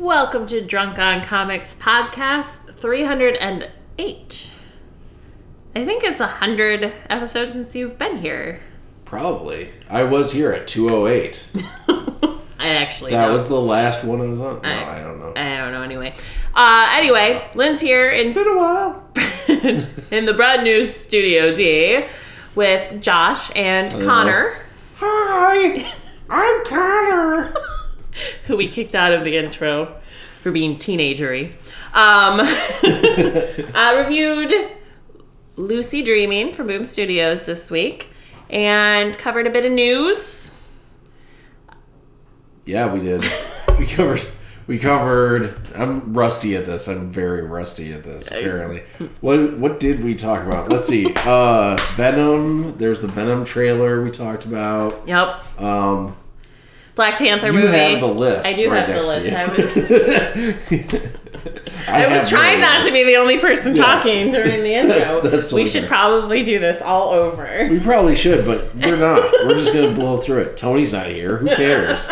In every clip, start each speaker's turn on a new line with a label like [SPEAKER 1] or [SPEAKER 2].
[SPEAKER 1] Welcome to Drunk on Comics podcast 308. I think it's 100 episodes since you've been here.
[SPEAKER 2] Probably. I was here at 208.
[SPEAKER 1] I actually
[SPEAKER 2] That
[SPEAKER 1] don't.
[SPEAKER 2] was the last one I was on. No,
[SPEAKER 1] I-
[SPEAKER 2] I don't know.
[SPEAKER 1] I don't know anyway. Uh, anyway, Lynn's here in
[SPEAKER 2] It's been a while.
[SPEAKER 1] in the brand new Studio D with Josh and
[SPEAKER 2] Hello.
[SPEAKER 1] Connor,
[SPEAKER 2] Hi, I'm Connor.
[SPEAKER 1] who we kicked out of the intro for being teenagery. Um, I reviewed Lucy Dreaming from Boom Studios this week and covered a bit of news.
[SPEAKER 2] yeah, we did. We covered. We covered. I'm rusty at this. I'm very rusty at this. Apparently, what what did we talk about? Let's see. Uh, Venom. There's the Venom trailer we talked about.
[SPEAKER 1] Yep,
[SPEAKER 2] Um,
[SPEAKER 1] Black Panther
[SPEAKER 2] you
[SPEAKER 1] movie.
[SPEAKER 2] have the list.
[SPEAKER 1] I do
[SPEAKER 2] right
[SPEAKER 1] have the
[SPEAKER 2] next to
[SPEAKER 1] list.
[SPEAKER 2] you.
[SPEAKER 1] I was,
[SPEAKER 2] I
[SPEAKER 1] I was
[SPEAKER 2] have
[SPEAKER 1] trying
[SPEAKER 2] my
[SPEAKER 1] not to
[SPEAKER 2] list.
[SPEAKER 1] be the only person
[SPEAKER 2] Yes.
[SPEAKER 1] talking during the intro.
[SPEAKER 2] That's- that's
[SPEAKER 1] we
[SPEAKER 2] totally
[SPEAKER 1] should
[SPEAKER 2] fair.
[SPEAKER 1] probably do this all over.
[SPEAKER 2] We probably should, but we're not. We're just gonna blow through it. Tony's not here. Who cares?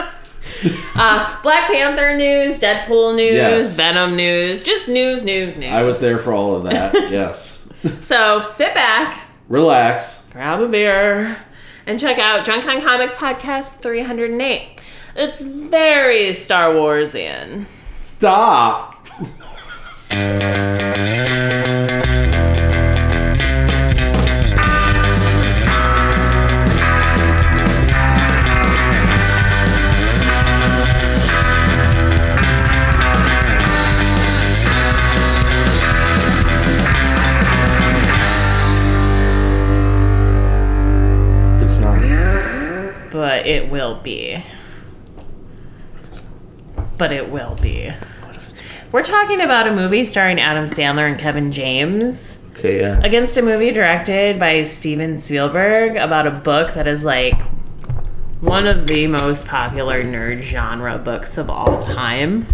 [SPEAKER 1] Uh, Black Panther news, Deadpool news,
[SPEAKER 2] Yes.
[SPEAKER 1] Venom news, just news, news, news.
[SPEAKER 2] I was there for all of that. Yes.
[SPEAKER 1] so sit back,
[SPEAKER 2] Relax.
[SPEAKER 1] grab a beer, and check out Drunk on Comics Podcast 308. It's very Star Warsian.
[SPEAKER 2] Stop. It's not.
[SPEAKER 1] But it will be. But it will be. We're talking about a movie starring Adam Sandler and Kevin James
[SPEAKER 2] Okay, yeah.
[SPEAKER 1] against a movie directed by Steven Spielberg about a book that is like one of the most popular nerd genre books of all time.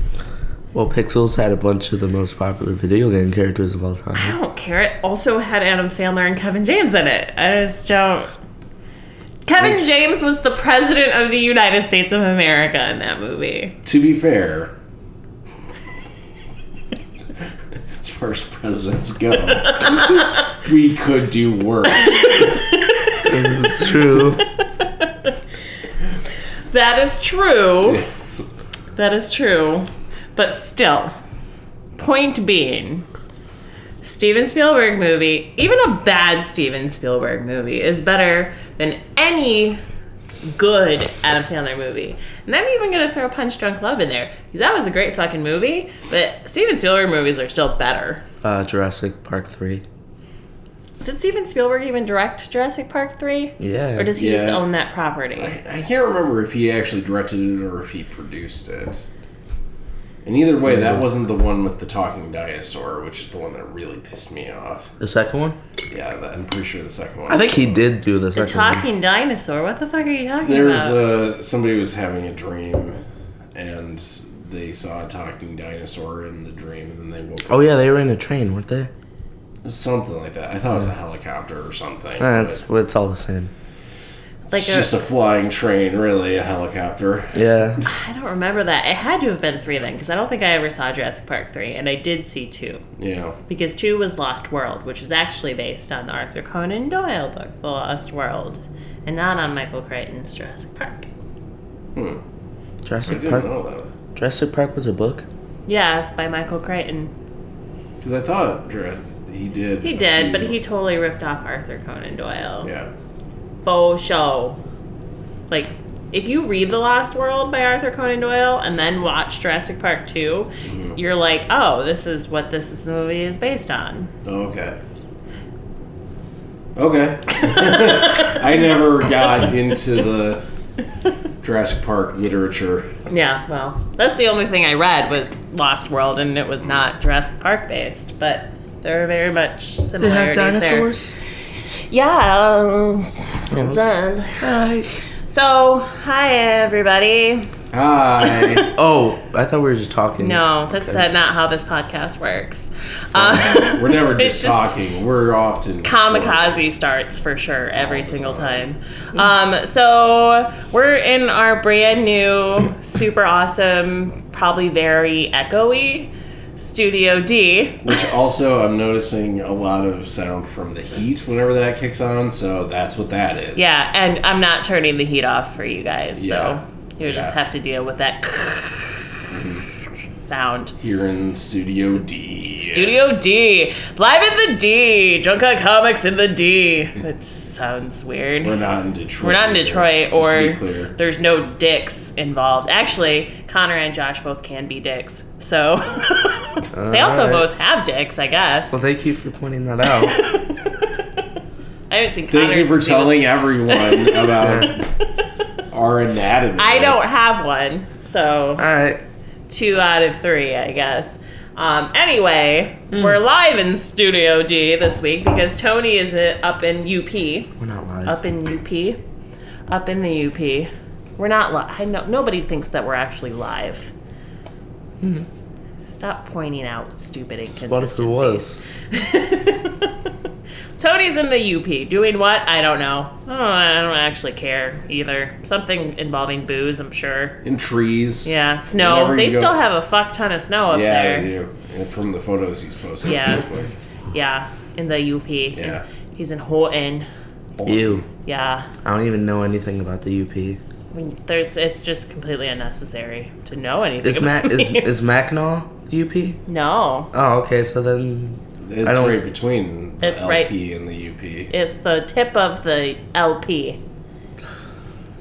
[SPEAKER 3] Well, Pixels had a bunch of the most popular video game characters of all
[SPEAKER 1] I
[SPEAKER 3] time.
[SPEAKER 1] don't care. It also had Adam Sandler and Kevin James in it. I just don't. Kevin James was the president of the United States of America in that movie.
[SPEAKER 2] To be fair, as far as presidents go, we could do worse.
[SPEAKER 3] it's true.
[SPEAKER 1] That is true.
[SPEAKER 2] Yes.
[SPEAKER 1] That is true. But still, point being, Steven Spielberg movie, even a bad Steven Spielberg movie, is better than any good Adam Sandler movie. And I'm even gonna throw Punch Drunk Love in there. That was a great fucking movie, but Steven Spielberg movies are still better.
[SPEAKER 3] Uh, Jurassic Park 3.
[SPEAKER 1] Did Steven Spielberg even direct Jurassic Park 3?
[SPEAKER 3] Yeah.
[SPEAKER 1] Or does he just
[SPEAKER 2] Yeah.
[SPEAKER 1] own that property?
[SPEAKER 2] I can't remember if he actually directed it or if he produced it. And either way, that wasn't the one with the talking dinosaur, which is the one that really pissed me off.
[SPEAKER 3] the second one?
[SPEAKER 2] Yeah, that, I'm pretty sure the second one.
[SPEAKER 3] I think he did do the second one.
[SPEAKER 1] Talking dinosaur? What the fuck are you talking
[SPEAKER 2] There was
[SPEAKER 1] about?
[SPEAKER 2] uh, somebody was having a dream, and they saw a talking dinosaur in the dream, and then they woke
[SPEAKER 3] Oh
[SPEAKER 2] up.
[SPEAKER 3] yeah, they were in a train, weren't they?
[SPEAKER 2] Something like that. I thought it was a helicopter or something.
[SPEAKER 3] That's
[SPEAKER 2] but
[SPEAKER 3] well, it's all the same.
[SPEAKER 2] it's
[SPEAKER 1] Like a-
[SPEAKER 2] just a flying train, really, a helicopter.
[SPEAKER 3] Yeah.
[SPEAKER 1] I don't remember that. It had to have been three then, because I don't think I ever saw Jurassic Park three, and I did see two
[SPEAKER 2] Yeah.
[SPEAKER 1] because two was Lost World, which is actually based on the Arthur Conan Doyle book, The Lost World, and not on Michael Crichton's Jurassic Park.
[SPEAKER 2] I
[SPEAKER 3] Jurassic
[SPEAKER 2] didn't
[SPEAKER 3] Park.
[SPEAKER 2] know that.
[SPEAKER 3] Jurassic Park was a book.
[SPEAKER 1] Yes, by Michael Crichton.
[SPEAKER 2] Because I thought Jurassic, he did.
[SPEAKER 1] He
[SPEAKER 2] a
[SPEAKER 1] did, but
[SPEAKER 2] few-
[SPEAKER 1] he totally ripped off Arthur Conan Doyle.
[SPEAKER 2] Yeah.
[SPEAKER 1] Faux show. Like, if you read The Lost World by Arthur Conan Doyle and then watch Jurassic Park 2, you're like, oh, this is what this movie is based on.
[SPEAKER 2] Oh, okay. Okay. I never got into the Jurassic Park literature.
[SPEAKER 1] Yeah, well, that's the only thing I read was Lost World, and it was not Jurassic Park based, but there are very much
[SPEAKER 3] They have
[SPEAKER 1] similarities
[SPEAKER 3] dinosaurs.
[SPEAKER 1] there. Yes, it's on.
[SPEAKER 3] Alright.
[SPEAKER 1] So, hi everybody.
[SPEAKER 2] Hi.
[SPEAKER 3] Oh, I thought we were just talking.
[SPEAKER 1] No, that's
[SPEAKER 3] Okay.
[SPEAKER 1] not how this podcast works. Uh,
[SPEAKER 2] We're never
[SPEAKER 1] It's
[SPEAKER 2] just, talking. We're often
[SPEAKER 1] Kamikaze starts for sure every single time. Um, so we're in our brand new, super awesome, probably very echoey Studio D.
[SPEAKER 2] Which also, I'm noticing a lot of sound from the heat whenever that kicks on. So that's what that is.
[SPEAKER 1] Yeah, and I'm not turning the heat off for you guys,
[SPEAKER 2] Yeah.
[SPEAKER 1] so you will just
[SPEAKER 2] Yeah. Mm-hmm.
[SPEAKER 1] have to deal with that sound.
[SPEAKER 2] Here in Studio D.
[SPEAKER 1] Studio D, live in the D, Junkai Comics in the D. That sounds weird.
[SPEAKER 2] We're not in Detroit.
[SPEAKER 1] We're not in
[SPEAKER 2] either,
[SPEAKER 1] Detroit,
[SPEAKER 2] just to be
[SPEAKER 1] or
[SPEAKER 2] clear.
[SPEAKER 1] there's no dicks involved. Actually, Connor and Josh both can be dicks, so they also
[SPEAKER 3] Alright.
[SPEAKER 1] both have dicks, I guess.
[SPEAKER 3] Well, thank you for pointing that out.
[SPEAKER 1] I haven't seen.
[SPEAKER 2] Thank
[SPEAKER 1] Connor
[SPEAKER 2] you for
[SPEAKER 1] since he was-
[SPEAKER 2] telling everyone about our anatomy.
[SPEAKER 1] I don't have one, so
[SPEAKER 3] All right.
[SPEAKER 1] two out of three, I guess. Um, anyway,
[SPEAKER 2] Hmm.
[SPEAKER 1] we're live in Studio D this week because Tony is uh, up in UP.
[SPEAKER 3] We're not live.
[SPEAKER 1] up in UP, up in the UP. We're not live. I know nobody thinks that we're actually live.
[SPEAKER 2] Hmm.
[SPEAKER 1] Stop pointing out stupid inconsistencies.
[SPEAKER 3] what if it was?
[SPEAKER 1] Tony's in the UP doing what? I don't know. I don't, I don't actually care either. Something involving booze, I'm sure.
[SPEAKER 2] In trees.
[SPEAKER 1] Yeah, snow.
[SPEAKER 2] Whenever
[SPEAKER 1] they
[SPEAKER 2] you go-
[SPEAKER 1] still have a fuck ton of snow up
[SPEAKER 2] Yeah,
[SPEAKER 1] there.
[SPEAKER 2] I do. And from the photos he's posted
[SPEAKER 1] Yeah.
[SPEAKER 2] on Facebook.
[SPEAKER 1] Yeah, in the UP.
[SPEAKER 2] Yeah.
[SPEAKER 1] He's in Horton.
[SPEAKER 3] You.
[SPEAKER 1] Yeah.
[SPEAKER 3] I don't even know anything about the UP.
[SPEAKER 1] When there's, it's just completely unnecessary to know anything.
[SPEAKER 3] Is
[SPEAKER 1] about
[SPEAKER 3] Mac is
[SPEAKER 1] me.
[SPEAKER 3] is Mackinac UP?
[SPEAKER 1] no,
[SPEAKER 3] Oh, okay. So then, I
[SPEAKER 2] It's
[SPEAKER 3] don't-
[SPEAKER 2] right between the
[SPEAKER 1] It's right-
[SPEAKER 2] LP and the UP.
[SPEAKER 1] it's the tip of the LP.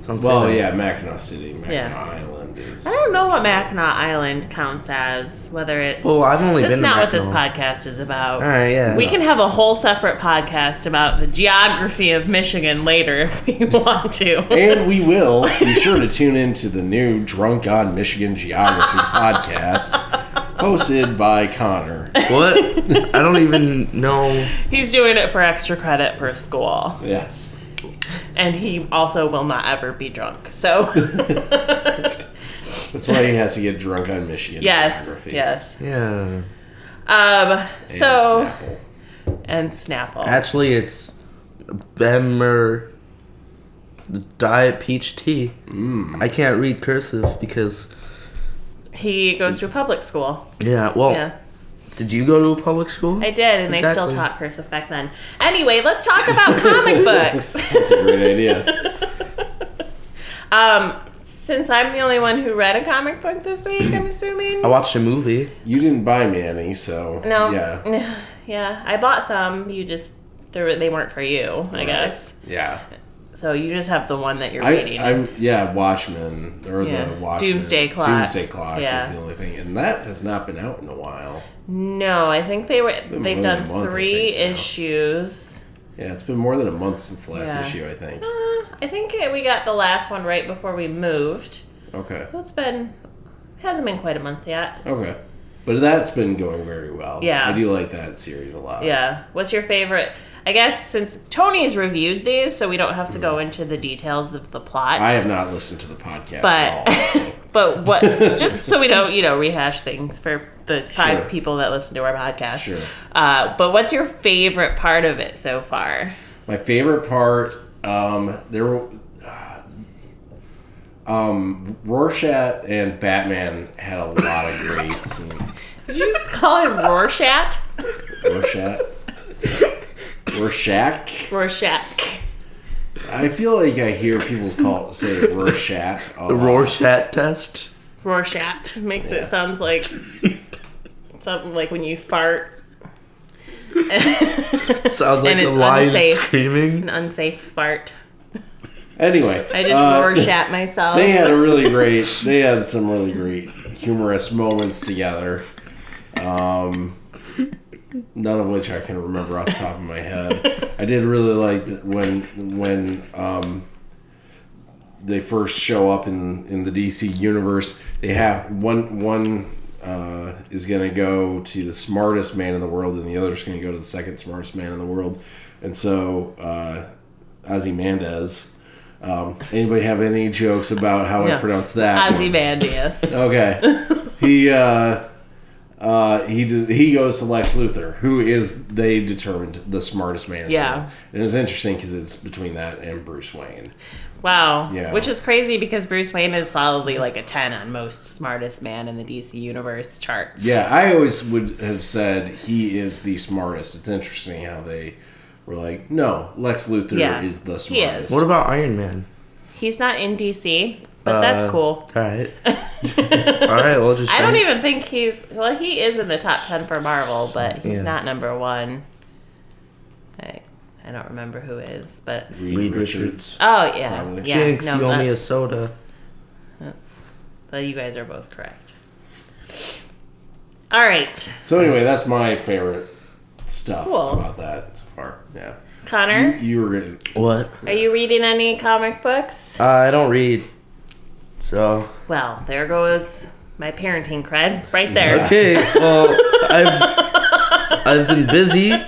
[SPEAKER 3] so I'm
[SPEAKER 2] well,
[SPEAKER 3] saying-
[SPEAKER 2] yeah, Mackinac City, Mackinac
[SPEAKER 1] Yeah.
[SPEAKER 2] Island is.
[SPEAKER 1] I don't know what Mackinac Island counts as. Whether it's
[SPEAKER 3] Well, I've only
[SPEAKER 1] that's
[SPEAKER 3] been to
[SPEAKER 1] not what this
[SPEAKER 3] Mackinac.
[SPEAKER 1] podcast is about.
[SPEAKER 3] All right. Yeah.
[SPEAKER 1] We can have a whole separate podcast about the geography of Michigan later if we want to.
[SPEAKER 2] And we will be sure to tune in to the new Drunk on Michigan Geography podcast hosted by Connor.
[SPEAKER 3] What? I don't even know.
[SPEAKER 1] He's doing it for extra credit for school,
[SPEAKER 2] Yes.
[SPEAKER 1] and he also will not ever be drunk. So
[SPEAKER 2] That's why he has to get drunk on Michigan
[SPEAKER 1] yes,
[SPEAKER 2] Geography.
[SPEAKER 1] yes.
[SPEAKER 3] Yeah.
[SPEAKER 1] Um.
[SPEAKER 2] And
[SPEAKER 1] So
[SPEAKER 2] Snapple.
[SPEAKER 1] and Snapple.
[SPEAKER 3] Actually, it's Bemer Diet Peach Tea. Mm. I can't read cursive because.
[SPEAKER 1] he goes to a public school.
[SPEAKER 3] Yeah. Well,
[SPEAKER 2] Oh.
[SPEAKER 1] Yeah.
[SPEAKER 3] did you go to a public school?
[SPEAKER 1] I did, and they still
[SPEAKER 3] Exactly.
[SPEAKER 1] taught cursive back then. Anyway, let's talk about comic books.
[SPEAKER 2] That's a great idea.
[SPEAKER 1] um, since I'm the only one who read a comic book this week, I'm assuming.
[SPEAKER 2] Oh,
[SPEAKER 3] I watched a movie.
[SPEAKER 2] You didn't buy me any, so.
[SPEAKER 1] No.
[SPEAKER 2] Yeah.
[SPEAKER 1] Yeah, I bought some. You just they were- they weren't for you, I guess.
[SPEAKER 2] Yeah.
[SPEAKER 1] So you just have the one that you're
[SPEAKER 2] I,
[SPEAKER 1] reading.
[SPEAKER 2] I'm yeah, Watchmen or
[SPEAKER 1] Yeah.
[SPEAKER 2] the Watchmen
[SPEAKER 1] Doomsday Clock.
[SPEAKER 2] Doomsday Clock
[SPEAKER 1] Yeah.
[SPEAKER 2] is the only thing, and that has not been out in a while.
[SPEAKER 1] no, I think they were.
[SPEAKER 2] been
[SPEAKER 1] They've
[SPEAKER 2] more than
[SPEAKER 1] done
[SPEAKER 2] a month, I
[SPEAKER 1] three
[SPEAKER 2] think, now.
[SPEAKER 1] issues.
[SPEAKER 2] Yeah, it's been more than a month since the last
[SPEAKER 1] Yeah.
[SPEAKER 2] issue, I think.
[SPEAKER 1] Uh, I think we got the last one right before we moved.
[SPEAKER 2] Okay,
[SPEAKER 1] So it's been hasn't been quite a month yet.
[SPEAKER 2] okay, but that's been going very well.
[SPEAKER 1] Yeah.
[SPEAKER 2] I do like that series a lot.
[SPEAKER 1] Yeah. What's your favorite? I guess since Tony's reviewed these, so we don't have to go into the details of the plot.
[SPEAKER 2] I have not listened to the podcast
[SPEAKER 1] But-
[SPEAKER 2] at all. So.
[SPEAKER 1] but what? just so we don't, you know, rehash things for the five
[SPEAKER 2] Sure.
[SPEAKER 1] people that listen to our podcast.
[SPEAKER 2] Sure.
[SPEAKER 1] Uh, but what's your favorite part of it so far?
[SPEAKER 2] My favorite part, um, there, were- uh, um, Rorschach and Batman had a lot of great scenes.
[SPEAKER 1] Did you just call him Rorschach?
[SPEAKER 2] Rorschach. Rorschach.
[SPEAKER 1] Rorschach.
[SPEAKER 2] I feel like I hear people call say Rorschach. a lot.
[SPEAKER 3] The Rorschach test.
[SPEAKER 1] Rorschach makes it sounds like something like when you fart.
[SPEAKER 3] Sounds like
[SPEAKER 1] And
[SPEAKER 3] a
[SPEAKER 1] it's
[SPEAKER 3] lion
[SPEAKER 1] unsafe.
[SPEAKER 3] screaming.
[SPEAKER 1] An unsafe fart.
[SPEAKER 2] Anyway,
[SPEAKER 1] I just
[SPEAKER 2] uh,
[SPEAKER 1] Rorschach myself.
[SPEAKER 2] They had a really great. They had some really great humorous moments together. Um, none of which I can remember off the top of my head. I did really like that when when um, they first show up in in the DC universe. They have one one. Uh, is gonna go to the smartest man in the world, and the other's gonna go to the second smartest man in the world, and so uh, Ozymandias Um, anybody have any jokes about how I
[SPEAKER 1] No.
[SPEAKER 2] pronounce that? one?
[SPEAKER 1] Ozymandias.
[SPEAKER 2] Okay. he uh, uh, he d- he goes to Lex Luthor, who is they determined the smartest man. in the
[SPEAKER 1] Yeah.
[SPEAKER 2] world. and it's interesting because it's between that and Bruce Wayne.
[SPEAKER 1] Wow.
[SPEAKER 2] Yeah.
[SPEAKER 1] Which is crazy because Bruce Wayne is solidly like a 10 on most smartest man in the DC universe charts.
[SPEAKER 2] Yeah, I always would have said he is the smartest. It's interesting how they were like, no, Lex Luthor
[SPEAKER 1] Yeah,
[SPEAKER 2] is the
[SPEAKER 1] he
[SPEAKER 2] smartest.
[SPEAKER 1] is.
[SPEAKER 3] What about Iron Man?
[SPEAKER 1] He's not in DC, but that's
[SPEAKER 3] Uh,
[SPEAKER 1] cool.
[SPEAKER 3] All right. all right. Well, just.
[SPEAKER 1] I don't
[SPEAKER 3] say-
[SPEAKER 1] even think he's well. He is in the top ten for Marvel, but he's
[SPEAKER 3] Yeah.
[SPEAKER 1] not number one. I, I don't remember who is, but
[SPEAKER 2] Reed,
[SPEAKER 3] Reed
[SPEAKER 2] Richards.
[SPEAKER 1] oh yeah,
[SPEAKER 2] Probably.
[SPEAKER 1] yeah.
[SPEAKER 3] Jinx,
[SPEAKER 1] no,
[SPEAKER 3] you owe me a
[SPEAKER 1] that's-
[SPEAKER 3] soda.
[SPEAKER 1] that's- well, you guys are both correct. All right,
[SPEAKER 2] So anyway, that's my favorite stuff
[SPEAKER 1] Cool.
[SPEAKER 2] about that so far. Yeah,
[SPEAKER 1] Connor,
[SPEAKER 2] you were gonna.
[SPEAKER 3] What?
[SPEAKER 1] are you reading any comic books?
[SPEAKER 3] Uh, I don't read. So.
[SPEAKER 1] Well, there goes my parenting cred right there
[SPEAKER 3] Okay. Well, I've I've been busy. All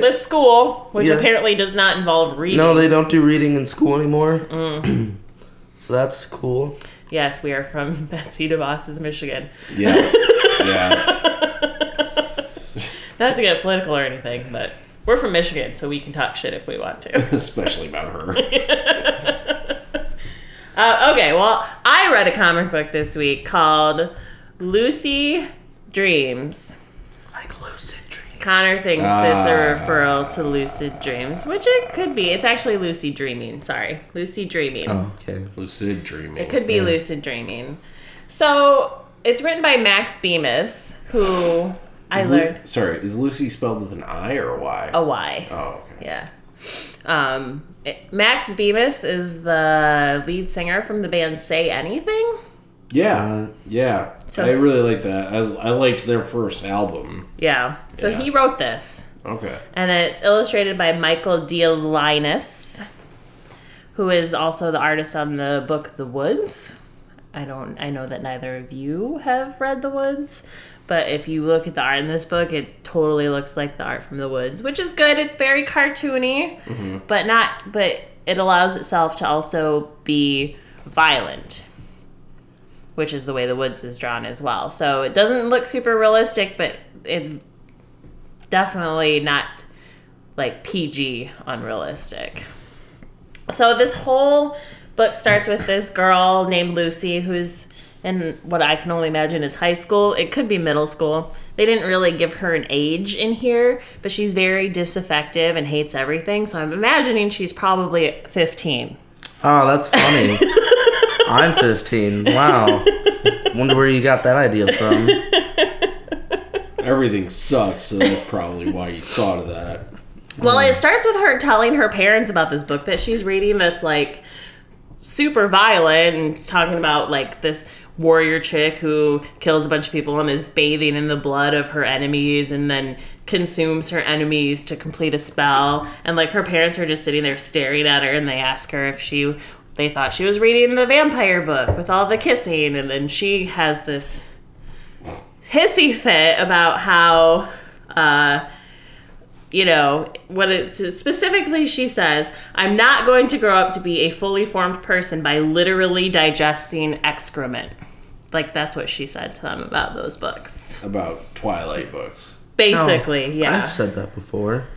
[SPEAKER 1] with school, which
[SPEAKER 3] Yes.
[SPEAKER 1] apparently does not involve reading.
[SPEAKER 3] No, they don't do reading in school anymore. Mm. so that's cool.
[SPEAKER 1] yes, we are from Betsy DeVos's Michigan.
[SPEAKER 2] Yes. yeah.
[SPEAKER 1] Not to get political or anything, but we're from Michigan, so we can talk shit if we want to.
[SPEAKER 2] Especially about her.
[SPEAKER 1] Uh, okay, well, I read a comic book this week called Lucy Dreams.
[SPEAKER 3] Like lucid dream.
[SPEAKER 1] Connor thinks it's a
[SPEAKER 2] Ah.
[SPEAKER 1] referral to Lucid Dreams, which it could be. It's actually Lucy Dreaming, sorry. Lucy Dreaming.
[SPEAKER 3] Oh, okay.
[SPEAKER 2] Lucid dreaming.
[SPEAKER 1] It could be lucid dreaming. So it's written by Max Bemis, who I
[SPEAKER 2] Is Lu-
[SPEAKER 1] learned
[SPEAKER 2] sorry, is Lucy spelled with an I or a Y?
[SPEAKER 1] a Y.
[SPEAKER 2] Oh, okay.
[SPEAKER 1] Yeah. Um, it- Max Bemis is the lead singer from the band Say Anything.
[SPEAKER 2] Yeah, yeah.
[SPEAKER 1] So-
[SPEAKER 2] I really like that. I, I liked their first album.
[SPEAKER 1] Yeah. So
[SPEAKER 2] Yeah.
[SPEAKER 1] he wrote this,
[SPEAKER 2] Okay.
[SPEAKER 1] and it's illustrated by Michael Dialinis, who is also the artist on the book The Woods. I don't. I know that neither of you have read The Woods, but if you look at the art in this book, it totally looks like the art from The Woods, which is good. It's very cartoony, but not. But it allows itself to also be violent, which is the way The Woods is drawn as well. So it doesn't look super realistic, but it's definitely not like PG unrealistic. So this whole book starts with this girl named Lucy who's in what I can only imagine is high school. It could be middle school. They didn't really give her an age in here, but she's very disaffective and hates everything. So I'm imagining she's probably 15.
[SPEAKER 3] Oh, that's funny. I'm 15. Wow. Wonder where you got that idea from.
[SPEAKER 2] Everything sucks, so that's probably why you thought of that.
[SPEAKER 1] Well, it starts with her telling her parents about this book that she's reading that's like super violent and it's talking about like this warrior chick who kills a bunch of people and is bathing in the blood of her enemies and then consumes her enemies to complete a spell. And like her parents are just sitting there staring at her and they ask her if she they thought she was reading the vampire book with all the kissing and then she has this hissy fit about how uh you know what it specifically she says i'm not going to grow up to be a fully formed person by literally digesting excrement like that's what she said to them about those books
[SPEAKER 2] About Twilight books.
[SPEAKER 1] basically yeah
[SPEAKER 3] I've said that before.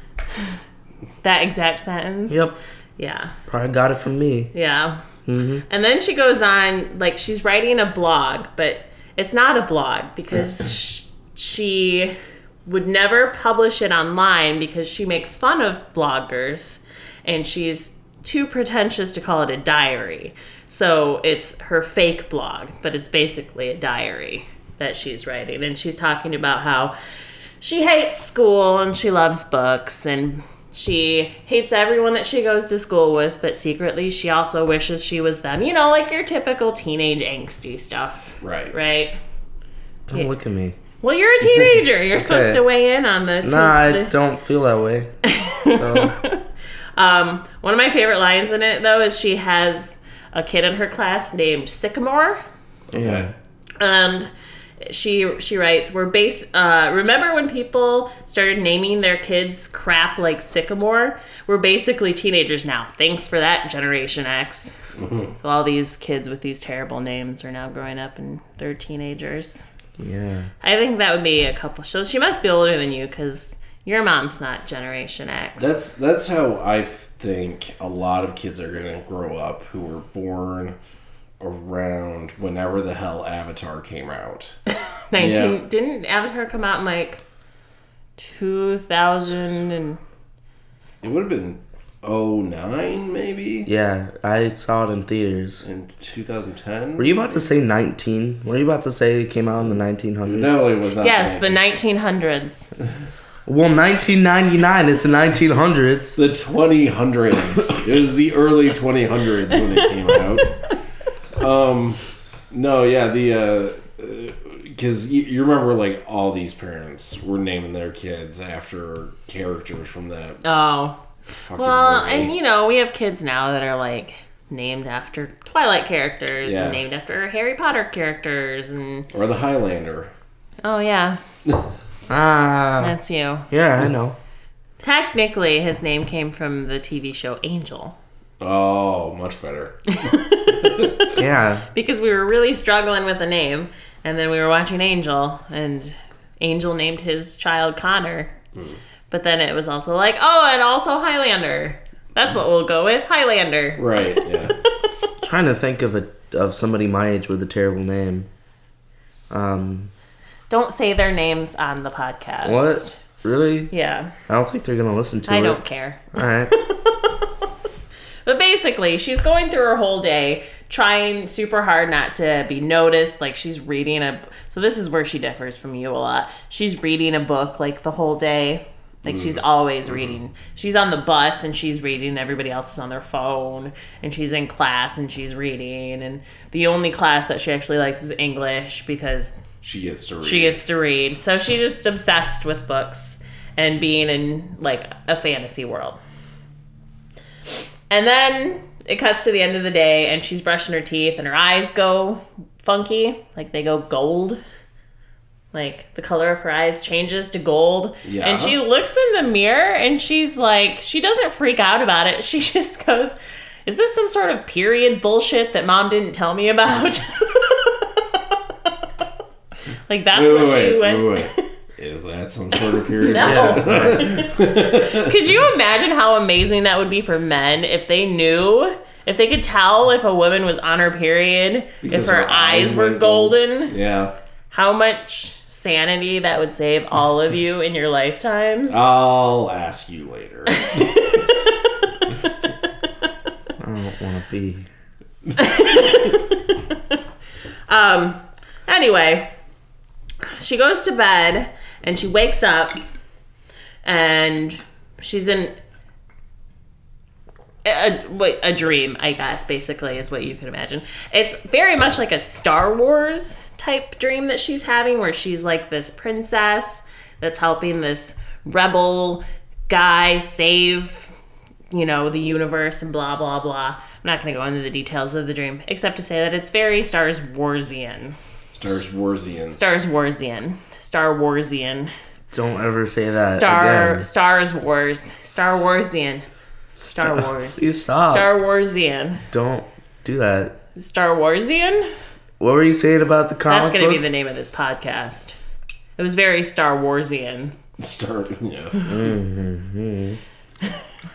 [SPEAKER 1] that exact sentence
[SPEAKER 3] Yep.
[SPEAKER 1] yeah
[SPEAKER 3] Probably got it from me.
[SPEAKER 1] Yeah. And then she goes on, like, she's writing a blog, but it's not a blog because sh- she would never publish it online because she makes fun of bloggers and she's too pretentious to call it a diary. So it's her fake blog, but it's basically a diary that she's writing. And she's talking about how she hates school and she loves books and she hates everyone that she goes to school with, but secretly she also wishes she was them. You know, like your typical teenage angsty stuff,
[SPEAKER 2] Right.
[SPEAKER 1] right?
[SPEAKER 3] Don't
[SPEAKER 1] Yeah.
[SPEAKER 3] look at me.
[SPEAKER 1] Well, you're a teenager. You're supposed to weigh in on the. teen-
[SPEAKER 3] Nah, I
[SPEAKER 1] the-
[SPEAKER 3] don't feel that way. So,
[SPEAKER 1] Um, one of my favorite lines in it though is she has a kid in her class named Sycamore,
[SPEAKER 2] Okay.
[SPEAKER 1] and Um, she she writes we're base uh, remember when people started naming their kids crap like sycamore we're basically teenagers now thanks for that generation x so all these kids with these terrible names are now growing up and they're teenagers
[SPEAKER 3] Yeah.
[SPEAKER 1] i think that would be a couple so she must be older than you because your mom's not generation x
[SPEAKER 2] That's that's how I think a lot of kids are going to grow up who were born around whenever the hell Avatar came out.
[SPEAKER 1] 19
[SPEAKER 2] yeah.
[SPEAKER 1] didn't avatar come out in like 2000 and
[SPEAKER 2] It would have been 09 maybe
[SPEAKER 3] Yeah, I saw it in theaters.
[SPEAKER 2] in 2010.
[SPEAKER 3] Were you about to say 19? Were you about to say it came out in the 1900s?
[SPEAKER 2] No, it was not.
[SPEAKER 1] yes
[SPEAKER 2] 19.
[SPEAKER 1] the 1900s
[SPEAKER 3] Well, 1999 is the 1900s.
[SPEAKER 2] the 2000s. it was the early 2000s when it came out. Um, no, yeah, the uh, because you, you remember like all these parents were naming their kids after characters from that
[SPEAKER 1] oh
[SPEAKER 2] fucking
[SPEAKER 1] Well,
[SPEAKER 2] movie.
[SPEAKER 1] and you know, we have kids now that are like named after Twilight characters
[SPEAKER 2] Yeah.
[SPEAKER 1] and named after Harry Potter characters and
[SPEAKER 2] or the Highlander.
[SPEAKER 1] oh yeah,
[SPEAKER 3] Ah.
[SPEAKER 1] that's you.
[SPEAKER 3] Yeah, I know.
[SPEAKER 1] Technically, his name came from the TV show Angel
[SPEAKER 2] Oh, much better.
[SPEAKER 3] Yeah.
[SPEAKER 1] because we were really struggling with the name and then we were watching Angel and Angel named his child Connor. But then it was also like, oh, and also Highlander. That's what we'll go with, Highlander.
[SPEAKER 2] Right? Yeah.
[SPEAKER 3] trying to think of a of somebody my age with a terrible name. Um,
[SPEAKER 1] Don't say their names on the podcast.
[SPEAKER 3] what? Really?
[SPEAKER 1] Yeah,
[SPEAKER 3] I don't think they're gonna listen to it.
[SPEAKER 1] I don't care.
[SPEAKER 3] All right.
[SPEAKER 1] But basically, she's going through her whole day trying super hard not to be noticed. Like she's reading a so this is where she differs from you a lot. She's reading a book like the whole day. Like she's always reading. She's on the bus and she's reading. Everybody else is on their phone and she's in class and she's reading. And the only class that she actually likes is English because
[SPEAKER 2] She gets to read.
[SPEAKER 1] she gets to read. So she's just obsessed with books and being in like a fantasy world. And then it cuts to the end of the day and she's brushing her teeth and her eyes go funky, like they go gold. Like the color of her eyes changes to gold.
[SPEAKER 2] Yeah.
[SPEAKER 1] And she looks in the mirror and she's like, she doesn't freak out about it. She just goes, Is this some sort of period bullshit that mom didn't tell me about? like that's
[SPEAKER 2] Wait,
[SPEAKER 1] what
[SPEAKER 2] wait,
[SPEAKER 1] she
[SPEAKER 2] wait,
[SPEAKER 1] went.
[SPEAKER 2] wait, wait. Is that some sort of period?
[SPEAKER 1] No. could you imagine how amazing that would be for men if they knew, if they could tell if a woman was on her period,
[SPEAKER 2] Because
[SPEAKER 1] if her,
[SPEAKER 2] her
[SPEAKER 1] eyes,
[SPEAKER 2] eyes
[SPEAKER 1] were
[SPEAKER 2] went gold.
[SPEAKER 1] golden,
[SPEAKER 2] Yeah.
[SPEAKER 1] how much sanity that would save all of you in your lifetimes?
[SPEAKER 2] I'll ask you later.
[SPEAKER 3] I don't want to be.
[SPEAKER 1] Um, anyway, she goes to bed and she wakes up and she's in a, a, a dream, I guess, basically, is what you can imagine. It's very much like a Star Wars type dream that she's having, where she's like this princess that's helping this rebel guy save you know, the universe and blah, blah, blah. I'm not going to go into the details of the dream, except to say that it's very Stars Warsian.
[SPEAKER 2] Stars Warsian.
[SPEAKER 1] Stars Warsian. Star Warsian.
[SPEAKER 3] Don't ever say that
[SPEAKER 1] Star
[SPEAKER 3] Uh, again.
[SPEAKER 1] Stars Wars. Star Warsian. Star Wars.
[SPEAKER 3] Please stop.
[SPEAKER 1] Star Warsian.
[SPEAKER 3] Don't do that.
[SPEAKER 1] Star Warsian?
[SPEAKER 3] What were you saying about the comic
[SPEAKER 1] That's going to be
[SPEAKER 3] book?
[SPEAKER 1] the name of this podcast. It was very Star Warsian.
[SPEAKER 2] Star. Yeah.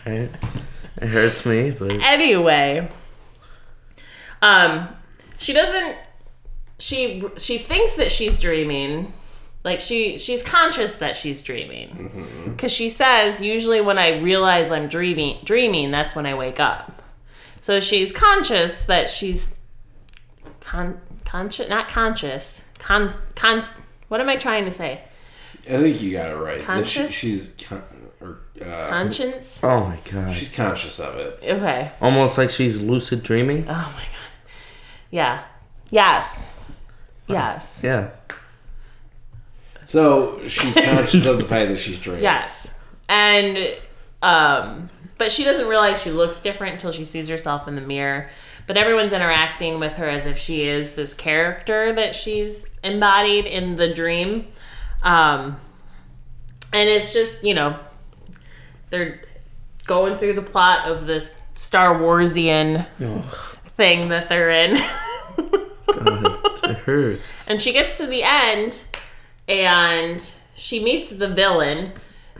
[SPEAKER 3] it hurts me, but
[SPEAKER 1] anyway um she doesn't she she thinks that she's dreaming like she she's conscious that she's dreaming because she says usually when i realize i'm dreaming dreaming that's when i wake up so she's conscious that she's con conscious not conscious con con what am i trying to say
[SPEAKER 2] I think you got it right. That she-
[SPEAKER 1] Conscious?
[SPEAKER 2] she's con- or uh,
[SPEAKER 1] conscience
[SPEAKER 3] oh my god.
[SPEAKER 2] she's conscious of it.
[SPEAKER 1] okay
[SPEAKER 3] Almost like she's lucid dreaming.
[SPEAKER 1] oh my god yeah yes yes
[SPEAKER 3] Yeah.
[SPEAKER 2] So she's conscious of the fact that she's dreaming.
[SPEAKER 1] Yes. And um but she doesn't realize she looks different until she sees herself in the mirror. But everyone's interacting with her as if she is this character that she's embodied in the dream. Um, and it's just, you know, they're going through the plot of this Star Warsian thing that they're in.
[SPEAKER 3] It hurts.
[SPEAKER 1] And she gets to the end and she meets the villain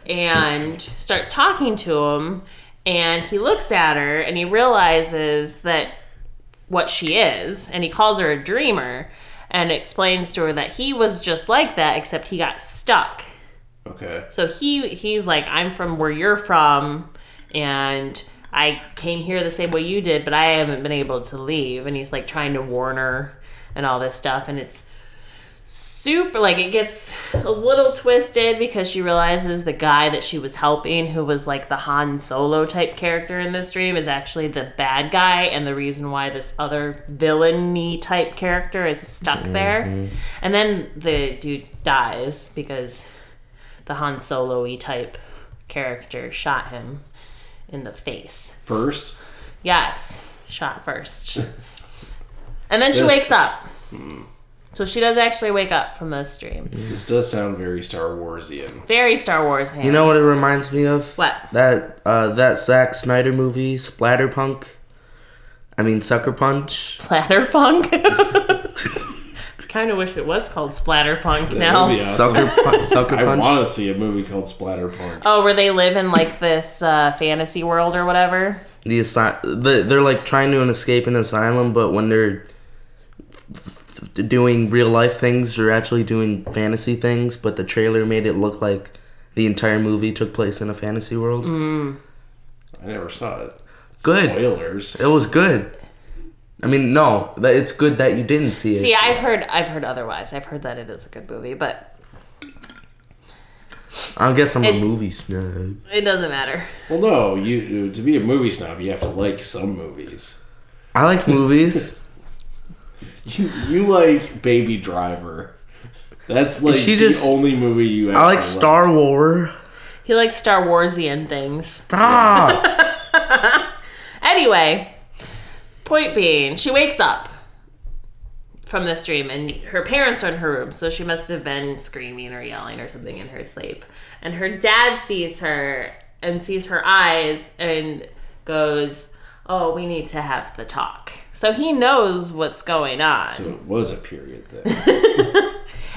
[SPEAKER 1] and starts talking to him. And he looks at her and he realizes that what she is. And he calls her a dreamer and explains to her that he was just like that, except he got stuck.
[SPEAKER 2] Okay.
[SPEAKER 1] So he he's like, I'm from where you're from, and I came here the same way you did, but I haven't been able to leave. And he's like trying to warn her and all this stuff, and it's super like it gets a little twisted because she realizes the guy that she was helping who was like the Han Solo type character in this dream is actually the bad guy and the reason why this other villainy type character is stuck there. And then the dude dies because the Han Solo y type character shot him in the face.
[SPEAKER 2] First,
[SPEAKER 1] Yes, shot first. and then she
[SPEAKER 2] Yes.
[SPEAKER 1] wakes up. So she does actually wake up from this dream.
[SPEAKER 2] this does sound very Star Warsian.
[SPEAKER 1] Very Star Wars.
[SPEAKER 3] You know what it reminds me of?
[SPEAKER 1] What?
[SPEAKER 3] That uh, that Zack Snyder movie, Splatterpunk. I mean, Sucker Punch.
[SPEAKER 1] Splatterpunk. kind of wish it was called Splatterpunk
[SPEAKER 2] That would be
[SPEAKER 1] now.
[SPEAKER 2] awesome.
[SPEAKER 3] Sucker, pun- Sucker
[SPEAKER 2] I
[SPEAKER 3] Punch.
[SPEAKER 2] want to see a movie called Splatterpunk.
[SPEAKER 1] Oh, where they live in like this uh, fantasy world or whatever.
[SPEAKER 3] the asylum. The, they're like trying to escape an asylum, but when they're f- f- doing real life things, they're actually doing fantasy things. But the trailer made it look like the entire movie took place in a fantasy world.
[SPEAKER 1] Mm.
[SPEAKER 2] I never saw it.
[SPEAKER 3] Good.
[SPEAKER 2] Spoilers.
[SPEAKER 3] It was good. I mean, no, that it's good that you didn't see it.
[SPEAKER 1] See, I've heard, I've heard otherwise. I've heard that it is a good movie, but
[SPEAKER 3] I guess I'm a
[SPEAKER 1] it-
[SPEAKER 3] movie snob.
[SPEAKER 1] it doesn't matter.
[SPEAKER 2] Well, no, you- you to be a movie snob, you have to like some movies.
[SPEAKER 3] I like movies.
[SPEAKER 2] You, you like Baby Driver. That's like
[SPEAKER 3] She
[SPEAKER 2] the
[SPEAKER 3] just-
[SPEAKER 2] only movie you.
[SPEAKER 3] I
[SPEAKER 2] actually
[SPEAKER 3] like Star Wars.
[SPEAKER 1] He likes Star Warsian things.
[SPEAKER 3] Stop.
[SPEAKER 1] Anyway, point being, she wakes up from this dream and her parents are in her room, so she must have been screaming or yelling or something in her sleep. And her dad sees her and sees her eyes and goes, Oh, we need to have the talk. So he knows what's going on.
[SPEAKER 2] So it was a period thing.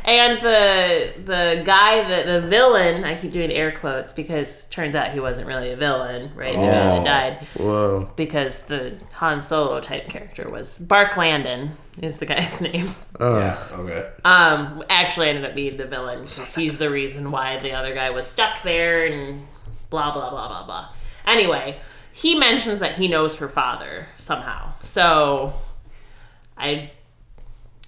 [SPEAKER 1] And the the guy that the villain, I keep doing air quotes because turns out he wasn't really a villain, right? The
[SPEAKER 2] Oh.
[SPEAKER 1] villain died.
[SPEAKER 3] Whoa.
[SPEAKER 1] because the Han Solo type character was Bark Landon is the guy's name.
[SPEAKER 3] Uh,
[SPEAKER 2] yeah. Okay.
[SPEAKER 1] Um, actually ended up being the villain. He's the reason why the other guy was stuck there and blah blah blah blah blah. Anyway, he mentions that he knows her father somehow. So I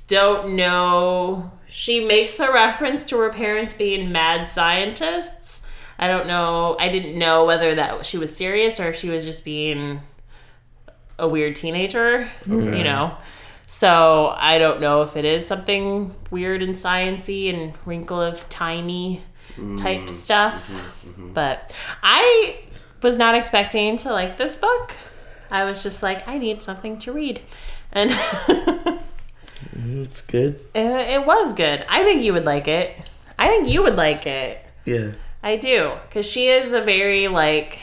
[SPEAKER 1] don't know. She makes a reference to her parents being mad scientists. I don't know. I didn't know whether that she was serious or if she was just being a weird teenager, you know. So I don't know if it is something weird and sciency and wrinkle of timey type stuff. But I was not expecting to like this book. I was just like, I need something to read. And
[SPEAKER 3] it's good.
[SPEAKER 1] Uh, it was good. I think you would like it. I think you would like it.
[SPEAKER 3] Yeah.
[SPEAKER 1] I do, because she is a very like,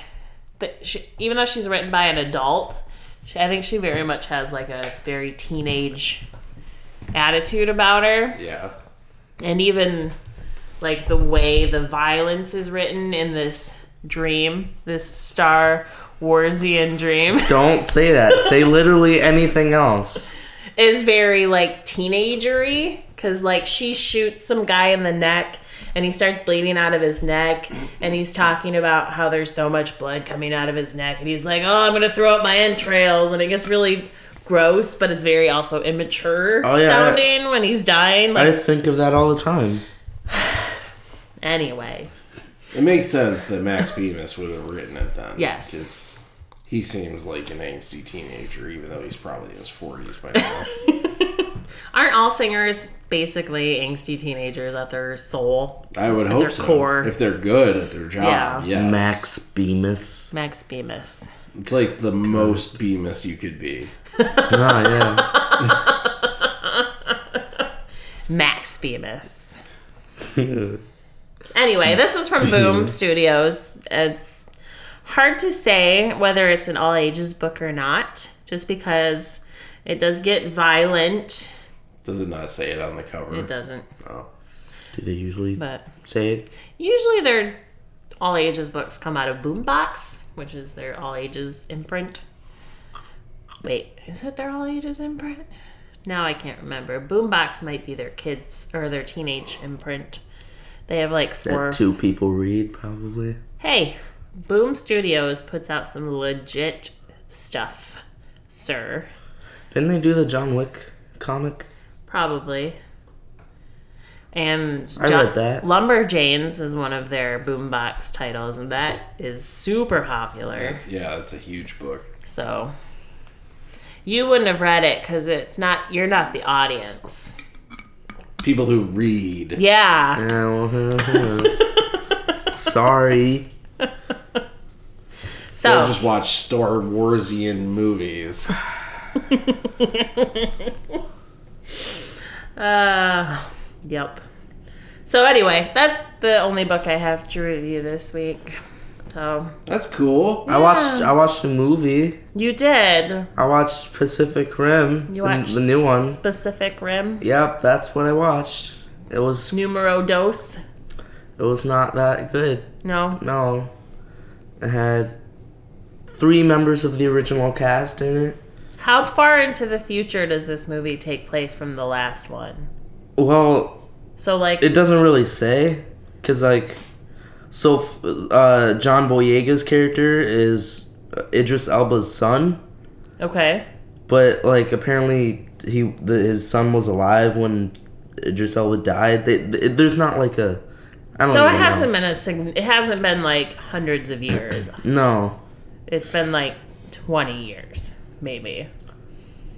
[SPEAKER 1] th- she, even though she's written by an adult, she, I think she very much has like a very teenage attitude about her,
[SPEAKER 2] Yeah.
[SPEAKER 1] and even like the way the violence is written in this dream, this Star Warsian dream,
[SPEAKER 3] Don't say that. say literally anything else.
[SPEAKER 1] is very like teenagery because like she shoots some guy in the neck and he starts bleeding out of his neck and he's talking about how there's so much blood coming out of his neck and he's like oh i'm gonna throw up my entrails and it gets really gross but it's very also immature
[SPEAKER 3] Oh, yeah, I-
[SPEAKER 1] sounding when he's dying
[SPEAKER 3] I
[SPEAKER 1] like,
[SPEAKER 3] think of that all the time.
[SPEAKER 1] anyway
[SPEAKER 2] It makes sense that Max Bemis would have written it then.
[SPEAKER 1] Yes.
[SPEAKER 2] Because he seems like an angsty teenager, even though he's probably in his 40s by now.
[SPEAKER 1] aren't all singers basically angsty teenagers at their soul
[SPEAKER 2] I would hope
[SPEAKER 1] their
[SPEAKER 2] so.
[SPEAKER 1] core.
[SPEAKER 2] If they're good at their job.
[SPEAKER 1] Yeah.
[SPEAKER 2] Yes.
[SPEAKER 3] Max Bemis.
[SPEAKER 1] max bemis
[SPEAKER 2] It's like the most Bemis you could be.
[SPEAKER 3] Oh, yeah.
[SPEAKER 1] Max Bemis. anyway, this was from Boom Studios. It's hard to say whether it's an all ages book or not, just because it does get violent.
[SPEAKER 2] Does it not say it on the cover? Oh.
[SPEAKER 1] It doesn't,
[SPEAKER 2] No.
[SPEAKER 3] Do they usually
[SPEAKER 1] but
[SPEAKER 3] say it?
[SPEAKER 1] usually their all ages books come out of Boombox, which is their all ages imprint. Wait, is it their all ages imprint? Now I can't remember. Boombox might be their kids or their teenage imprint. They have like four.
[SPEAKER 3] That two people read, probably.
[SPEAKER 1] Hey, Boom Studios puts out some legit stuff, sir.
[SPEAKER 3] Didn't they do the John Wick comic?
[SPEAKER 1] Probably. And
[SPEAKER 3] I
[SPEAKER 1] Jo-
[SPEAKER 3] read that.
[SPEAKER 1] Lumberjanes is one of their boombox titles, and that is super popular.
[SPEAKER 2] Yeah, it's a huge book.
[SPEAKER 1] So you wouldn't have read it because it's not you're not the audience.
[SPEAKER 2] People who read.
[SPEAKER 1] Yeah.
[SPEAKER 3] Sorry.
[SPEAKER 2] They'll
[SPEAKER 1] So
[SPEAKER 2] just watch Star Warsian movies.
[SPEAKER 1] uh yep. So anyway, that's the only book I have to review this week. So
[SPEAKER 2] That's cool.
[SPEAKER 3] I watched I watched a movie.
[SPEAKER 1] you did.
[SPEAKER 3] I watched Pacific Rim,
[SPEAKER 1] You
[SPEAKER 3] the,
[SPEAKER 1] watched
[SPEAKER 3] the new one.
[SPEAKER 1] Specific Rim.
[SPEAKER 3] Yep, that's what I watched. It was
[SPEAKER 1] Numero dos.
[SPEAKER 3] it was not that good.
[SPEAKER 1] No.
[SPEAKER 3] No, it had three members of the original cast in it.
[SPEAKER 1] How far into the future does this movie take place from the last one?
[SPEAKER 3] Well,
[SPEAKER 1] So like
[SPEAKER 3] it doesn't really say because like so f- uh, john boyega's character is uh, idris elba's son
[SPEAKER 1] okay.
[SPEAKER 3] but like apparently he the, his son was alive when idris elba died they, th there's not like a i don't
[SPEAKER 1] So it
[SPEAKER 3] even
[SPEAKER 1] hasn't
[SPEAKER 3] know.
[SPEAKER 1] been a sign- it hasn't been like hundreds of years.
[SPEAKER 3] no
[SPEAKER 1] It's been like 20 years, maybe.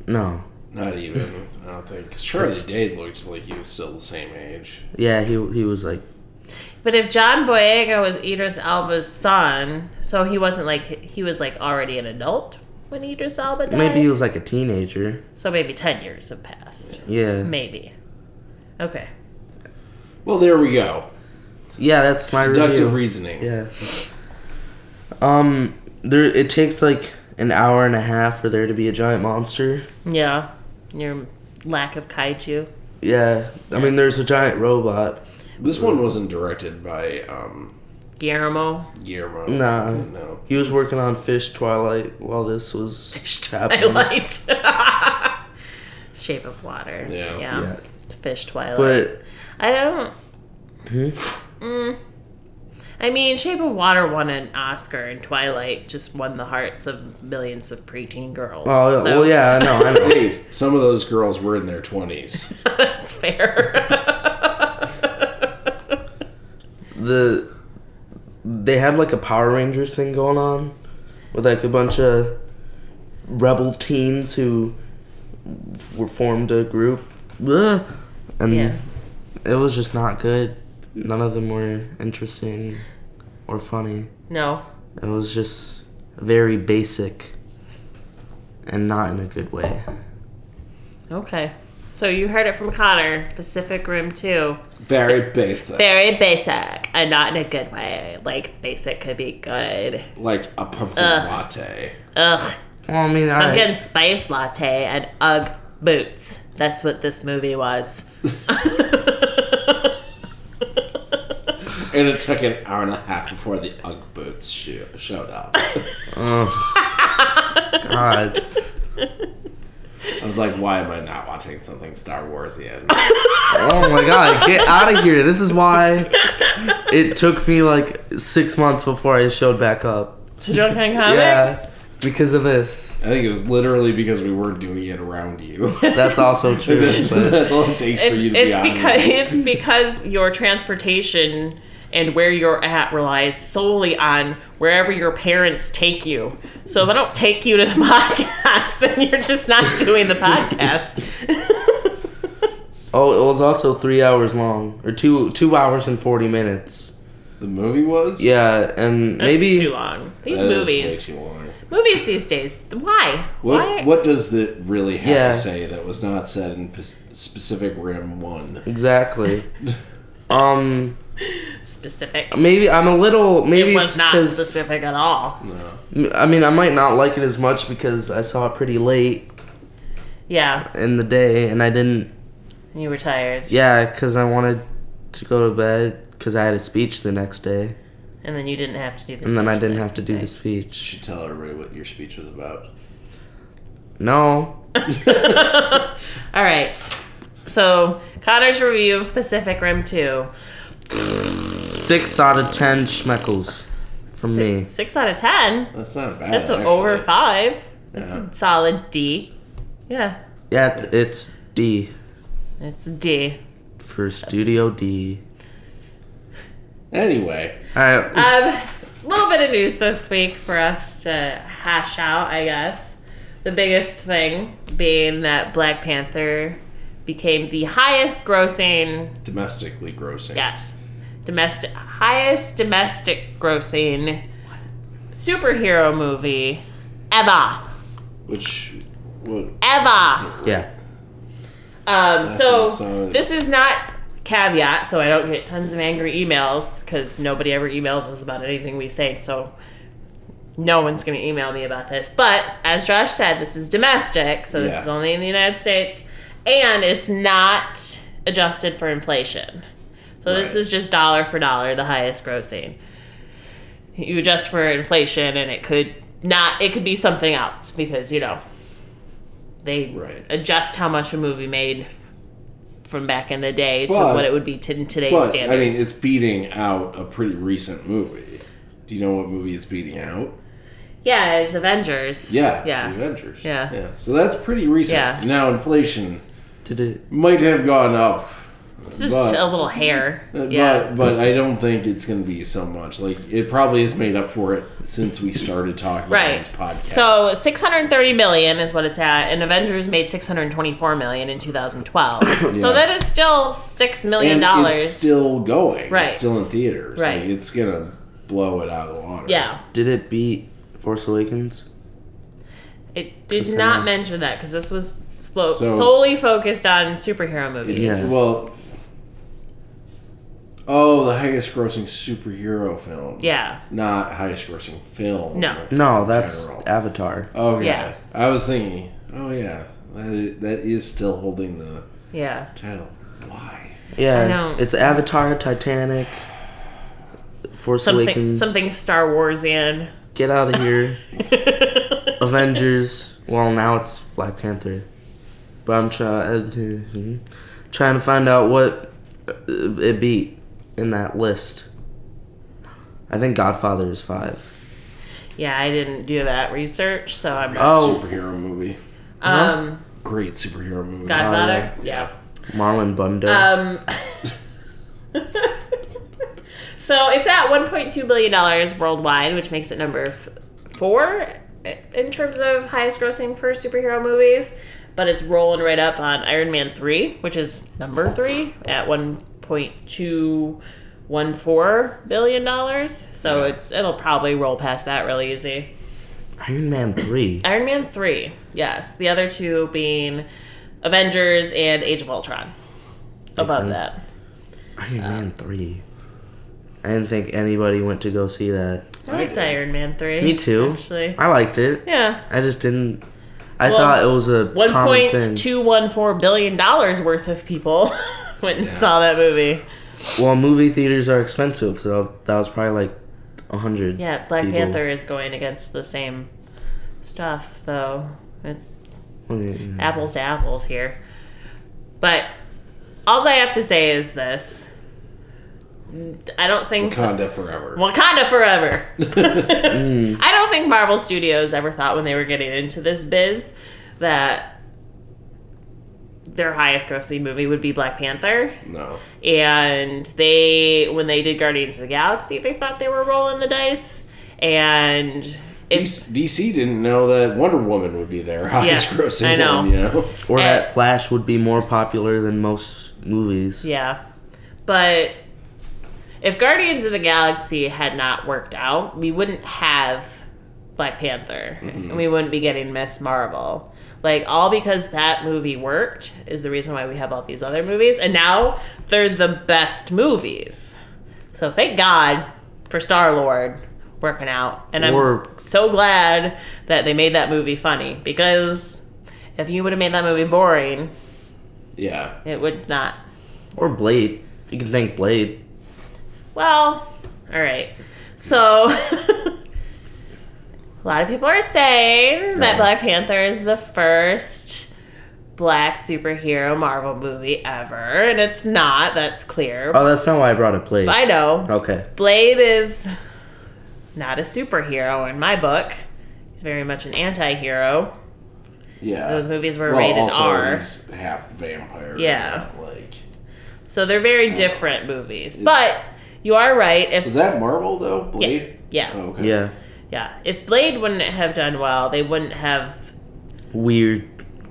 [SPEAKER 3] no
[SPEAKER 2] Not even. I don't think. 'Cause Charlie Day looked like he was still the same age.
[SPEAKER 3] yeah he, he was like
[SPEAKER 1] But if John Boyega was Idris Elba's son, so he wasn't like he was like already an adult when Idris Elba died.
[SPEAKER 3] maybe he was like a teenager
[SPEAKER 1] so maybe 10 years have passed.
[SPEAKER 3] yeah
[SPEAKER 1] Maybe. Okay.
[SPEAKER 2] Well, there we go.
[SPEAKER 3] yeah that's my
[SPEAKER 2] Deductive
[SPEAKER 3] review.
[SPEAKER 2] reasoning.
[SPEAKER 3] Yeah. Um, there it takes like an hour and a half for there to be a giant monster.
[SPEAKER 1] Yeah. Your lack of kaiju.
[SPEAKER 3] Yeah, I mean there's a giant robot.
[SPEAKER 2] This one wasn't directed by um,
[SPEAKER 1] Guillermo.
[SPEAKER 2] Guillermo.
[SPEAKER 3] Nah.
[SPEAKER 2] No.
[SPEAKER 3] He was working on Fish Twilight while this was Fish
[SPEAKER 1] I
[SPEAKER 3] happening.
[SPEAKER 1] liked Shape of Water.
[SPEAKER 2] Yeah.
[SPEAKER 1] Yeah.
[SPEAKER 3] Yeah.
[SPEAKER 1] Fish Twilight.
[SPEAKER 3] But hmm?
[SPEAKER 1] I don't. Mm. I mean, Shape of Water won an Oscar, and Twilight just won the hearts of millions of preteen girls.
[SPEAKER 3] oh
[SPEAKER 1] So,
[SPEAKER 3] well, yeah, I know, I know.
[SPEAKER 2] Hey, some of those girls were in their 20s.
[SPEAKER 1] that's fair.
[SPEAKER 3] the they had like a Power Rangers thing going on with like a bunch of rebel teens who were formed a group. Ugh. And
[SPEAKER 1] yeah,
[SPEAKER 3] It was just not good. None of them were interesting or funny.
[SPEAKER 1] no,
[SPEAKER 3] It was just very basic and not in a good way.
[SPEAKER 1] okay. So you heard it from Connor, Pacific Rim Two.
[SPEAKER 2] Very basic.
[SPEAKER 1] Very basic, and not in a good way. Like basic could be good.
[SPEAKER 2] Like a pumpkin latte.
[SPEAKER 1] Ugh,
[SPEAKER 3] Well, I mean,
[SPEAKER 1] I'm
[SPEAKER 3] I,
[SPEAKER 1] getting spice latte and UGG boots. That's what this movie was.
[SPEAKER 2] And it took an hour and a half before the Ugg boots sho- showed up.
[SPEAKER 3] God,
[SPEAKER 2] I was like, why am I not watching something Star Warsian?
[SPEAKER 3] oh my God, get out of here! This is why it took me like six months before I showed back up.
[SPEAKER 1] to Drunk on Comics.
[SPEAKER 3] Yeah, because of this.
[SPEAKER 2] I think it was literally because we weren't doing it around you.
[SPEAKER 3] That's also true.
[SPEAKER 2] that's,
[SPEAKER 3] but
[SPEAKER 2] that's all it takes for
[SPEAKER 1] It's,
[SPEAKER 2] you to be
[SPEAKER 1] it's
[SPEAKER 2] on.
[SPEAKER 1] because it's because your transportation and where you're at relies solely on wherever your parents take you. So if I don't take you to the podcast, then you're just not doing the podcast.
[SPEAKER 3] oh, it was also three hours long, or two two hours and forty minutes.
[SPEAKER 2] The movie was?
[SPEAKER 3] Yeah, and
[SPEAKER 1] That's
[SPEAKER 3] maybe
[SPEAKER 1] too long. These
[SPEAKER 2] That is
[SPEAKER 1] movies.
[SPEAKER 2] way too long.
[SPEAKER 1] movies these days. Why? Why?
[SPEAKER 2] What what does that really have
[SPEAKER 3] Yeah.
[SPEAKER 2] to say that was not said in Pas- Pacific Rim One?
[SPEAKER 3] Exactly. um,
[SPEAKER 1] Specific.
[SPEAKER 3] maybe I'm a little. Maybe
[SPEAKER 1] It
[SPEAKER 3] it's
[SPEAKER 1] was not
[SPEAKER 3] 'cause-
[SPEAKER 1] specific at all.
[SPEAKER 3] I mean, I might not like it as much because I saw it pretty late
[SPEAKER 1] Yeah,
[SPEAKER 3] in the day, and I didn't.
[SPEAKER 1] you were tired.
[SPEAKER 3] Yeah, because I wanted to go to bed because I had a speech the next day,
[SPEAKER 1] And then you didn't have to do this.
[SPEAKER 3] and then I didn't have to do the speech.
[SPEAKER 2] should tell everybody what your speech was about.
[SPEAKER 3] No,
[SPEAKER 1] All right. So Connor's review of Pacific Rim Two.
[SPEAKER 3] six out of ten schmeckles from me.
[SPEAKER 1] Six out of ten.
[SPEAKER 2] That's not bad.
[SPEAKER 1] That's
[SPEAKER 2] actually.
[SPEAKER 1] over five. That's
[SPEAKER 2] Yeah.
[SPEAKER 1] a solid D. Yeah,
[SPEAKER 3] Yeah, it's, it's D
[SPEAKER 1] it's a D.
[SPEAKER 3] for Studio D.
[SPEAKER 2] Anyway,
[SPEAKER 3] All right.
[SPEAKER 1] Um, a little bit of news this week for us to hash out, I guess. The biggest thing being that Black Panther became the highest grossing
[SPEAKER 2] domestically grossing.
[SPEAKER 1] Yes. Domestic highest domestic grossing superhero movie ever.
[SPEAKER 2] Which, what,
[SPEAKER 1] Ever.
[SPEAKER 3] yeah.
[SPEAKER 1] Um so,
[SPEAKER 2] so- so-
[SPEAKER 1] this is not caveat so I don't get tons of angry emails cuz nobody ever emails us about anything we say. So no one's going to email me about this. But as Josh said, this is domestic, so this
[SPEAKER 2] Yeah.
[SPEAKER 1] is only in the United States and it's not adjusted for inflation. So this
[SPEAKER 2] Right.
[SPEAKER 1] is just dollar for dollar the highest grossing. You adjust for inflation and it could not it could be something else because you know they
[SPEAKER 2] Right.
[SPEAKER 1] adjust how much a movie made from back in the day to
[SPEAKER 2] But-
[SPEAKER 1] what it would be to in today's
[SPEAKER 2] but I mean,
[SPEAKER 1] standards.
[SPEAKER 2] it's beating out a pretty recent movie. Do you know what movie it's beating out?
[SPEAKER 1] yeah, it's Avengers.
[SPEAKER 2] Yeah,
[SPEAKER 1] Yeah.
[SPEAKER 2] The Avengers.
[SPEAKER 1] Yeah.
[SPEAKER 2] yeah. So that's pretty recent.
[SPEAKER 1] Yeah.
[SPEAKER 2] Now inflation
[SPEAKER 3] Did it?
[SPEAKER 2] might have gone up,
[SPEAKER 1] It's just
[SPEAKER 2] but-
[SPEAKER 1] a little hair. Yeah.
[SPEAKER 2] but but I don't think it's going to be so much. Like it probably has made up for it since we started talking on
[SPEAKER 1] Right.
[SPEAKER 2] this podcast.
[SPEAKER 1] So 630 million is what it's at, and Avengers made 624 million in 2012.
[SPEAKER 2] Yeah.
[SPEAKER 1] So that is still six million
[SPEAKER 2] and
[SPEAKER 1] dollars.
[SPEAKER 2] it's still going.
[SPEAKER 1] Right.
[SPEAKER 2] It's still in theaters.
[SPEAKER 1] Right.
[SPEAKER 2] Like, it's gonna blow it out of the water.
[SPEAKER 1] yeah,
[SPEAKER 3] Did it beat Force Awakens?
[SPEAKER 1] it did
[SPEAKER 3] Percent.
[SPEAKER 1] not mention that because this was slow,
[SPEAKER 2] So-
[SPEAKER 1] solely focused on superhero movies.
[SPEAKER 3] Yeah.
[SPEAKER 2] Well. Oh, the highest grossing superhero film.
[SPEAKER 1] Yeah.
[SPEAKER 2] Not highest grossing film.
[SPEAKER 1] No.
[SPEAKER 2] in
[SPEAKER 3] No, that's
[SPEAKER 2] general.
[SPEAKER 3] Avatar.
[SPEAKER 2] Oh yeah.
[SPEAKER 1] Yeah.
[SPEAKER 2] I was thinking. Oh yeah. That is, that is still holding the
[SPEAKER 1] Yeah.
[SPEAKER 2] title. Why?
[SPEAKER 1] I
[SPEAKER 3] Yeah,
[SPEAKER 1] know.
[SPEAKER 3] it's Avatar, Titanic, Force
[SPEAKER 1] Something
[SPEAKER 3] Awakens.
[SPEAKER 1] something Star Wars in.
[SPEAKER 3] Get out of here. Avengers. Well, now it's Black Panther. But I'm trying trying to find out what uh, it beat in that list. I think Godfather is five.
[SPEAKER 1] yeah, I didn't do that research, so I'm
[SPEAKER 2] That's
[SPEAKER 3] Oh.
[SPEAKER 2] a superhero movie.
[SPEAKER 1] um
[SPEAKER 2] Great superhero movie.
[SPEAKER 1] Godfather. yeah.
[SPEAKER 3] Marlon Bundo.
[SPEAKER 1] Um, so it's at 1.2 billion dollars worldwide, which makes it number f- four in terms of highest grossing for superhero movies. But it's rolling right up on Iron Man three, which is number three at 1.214 billion dollars. So it's it'll probably roll past that real easy.
[SPEAKER 3] Iron Man three.
[SPEAKER 1] Iron Man three, yes. The other two being Avengers and Age of Ultron. Above
[SPEAKER 3] sense.
[SPEAKER 1] that.
[SPEAKER 3] Iron Man three. I didn't think anybody went to go see that.
[SPEAKER 1] I liked
[SPEAKER 2] did.
[SPEAKER 1] Iron Man 3.
[SPEAKER 3] Me too.
[SPEAKER 1] Actually.
[SPEAKER 3] I liked it.
[SPEAKER 1] Yeah.
[SPEAKER 3] I just didn't. I
[SPEAKER 1] Well,
[SPEAKER 3] thought it was a common thing.
[SPEAKER 1] $1.214 billion dollars worth of people went and saw that movie.
[SPEAKER 3] Well, movie theaters are expensive, so that was probably like a hundred.
[SPEAKER 1] Yeah, Black
[SPEAKER 3] people.
[SPEAKER 1] Panther is going against the same stuff, though. It's
[SPEAKER 3] Mm.
[SPEAKER 1] apples to apples here. But all I have to say is this I don't think.
[SPEAKER 2] Wakanda Forever.
[SPEAKER 1] Wakanda forever. I don't think Marvel Studios ever thought when they were getting into this biz that their highest grossing movie would be Black Panther.
[SPEAKER 2] No.
[SPEAKER 1] And they, when they did Guardians of the Galaxy, they thought they were rolling the dice. And it's.
[SPEAKER 2] DC, DC didn't know that Wonder Woman would be their highest grossing
[SPEAKER 1] I know.
[SPEAKER 2] one, you know?
[SPEAKER 3] Or
[SPEAKER 1] eh.
[SPEAKER 3] that Flash would be more popular than most movies.
[SPEAKER 1] Yeah. But if Guardians of the Galaxy had not worked out, we wouldn't have Black Panther, and we wouldn't be getting Miss Marvel. Like all because that movie worked is the reason why we have all these other movies, and now they're the best movies. So thank God for Star Lord working out, and I'm
[SPEAKER 3] Or-
[SPEAKER 1] so glad that they made that movie funny because if you would have made that movie boring,
[SPEAKER 2] Yeah.
[SPEAKER 1] it would not.
[SPEAKER 3] Or Blade. You can thank Blade.
[SPEAKER 1] Well, all right. So, a lot of people are saying that
[SPEAKER 2] Right.
[SPEAKER 1] Black Panther is the first black superhero Marvel movie ever, and it's not. That's clear.
[SPEAKER 3] Oh, that's not why I brought up Blade.
[SPEAKER 1] I know.
[SPEAKER 2] Oh.
[SPEAKER 3] Okay.
[SPEAKER 1] Blade is not a superhero in my book. He's very much an anti-hero.
[SPEAKER 2] Yeah.
[SPEAKER 1] Those movies were
[SPEAKER 2] Well,
[SPEAKER 1] rated
[SPEAKER 2] also,
[SPEAKER 1] R.
[SPEAKER 2] he's half vampire.
[SPEAKER 1] Yeah.
[SPEAKER 2] not Like,
[SPEAKER 1] So they're very different movies. But you are right. If
[SPEAKER 2] was that Marvel though? Blade.
[SPEAKER 1] yeah.
[SPEAKER 2] Oh, okay.
[SPEAKER 3] Yeah.
[SPEAKER 1] Yeah. If Blade wouldn't have done well, they wouldn't have
[SPEAKER 3] Weird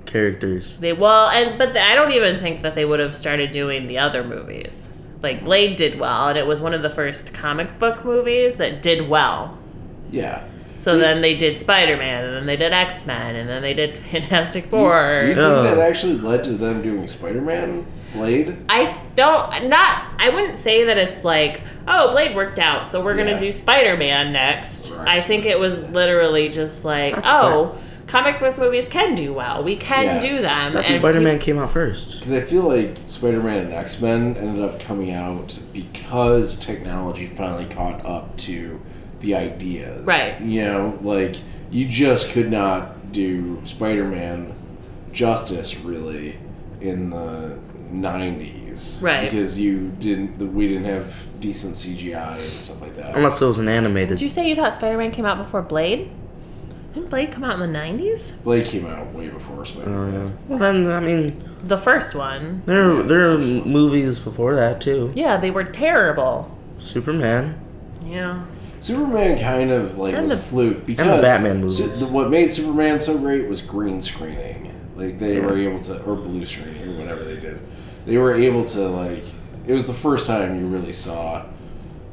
[SPEAKER 3] characters.
[SPEAKER 1] they well and but I don't even think that they would have started doing the other movies. Like Blade did well and it was one of the first comic book movies that did well.
[SPEAKER 2] Yeah.
[SPEAKER 1] So then they did Spider-Man and then they did X-Men and then they did Fantastic Four.
[SPEAKER 2] Do you think
[SPEAKER 3] Yeah.
[SPEAKER 2] that actually led to them doing Spider-Man? Blade.
[SPEAKER 1] I don't not I wouldn't say that it's like, oh, Blade worked out, so we're
[SPEAKER 2] Yeah.
[SPEAKER 1] gonna do Spider-Man next.
[SPEAKER 2] Right.
[SPEAKER 1] I think it was literally just like,
[SPEAKER 3] That's
[SPEAKER 1] oh, comic book movies can do well. We can
[SPEAKER 2] Yeah.
[SPEAKER 1] do them.
[SPEAKER 3] That's
[SPEAKER 1] and
[SPEAKER 3] Spider Man came out first.
[SPEAKER 2] Because I feel like Spider-Man and X-Men ended up coming out because technology finally caught up to the ideas.
[SPEAKER 1] Right.
[SPEAKER 2] You know, like you just could not do Spider-Man justice really in the '90s.
[SPEAKER 1] Right.
[SPEAKER 2] Because you didn't. the- We didn't have decent CGI and stuff like that.
[SPEAKER 3] Unless it was an animated.
[SPEAKER 1] Did you say you thought Spider Man came out before Blade? Didn't Blade come out in the 90s?
[SPEAKER 2] Blade came out way before Spider-Man.
[SPEAKER 3] Well, then I mean,
[SPEAKER 1] The first one.
[SPEAKER 3] there there are movies before that too.
[SPEAKER 1] Yeah, they were terrible.
[SPEAKER 3] Superman.
[SPEAKER 1] Yeah.
[SPEAKER 2] Superman kind of like
[SPEAKER 1] And
[SPEAKER 2] was
[SPEAKER 1] the-
[SPEAKER 2] a fluke because
[SPEAKER 3] Batman movies.
[SPEAKER 2] Su- the- what made Superman so great was green screening. Like they were able to, or blue screening, or whatever they did. They were able to like. It was the first time you really saw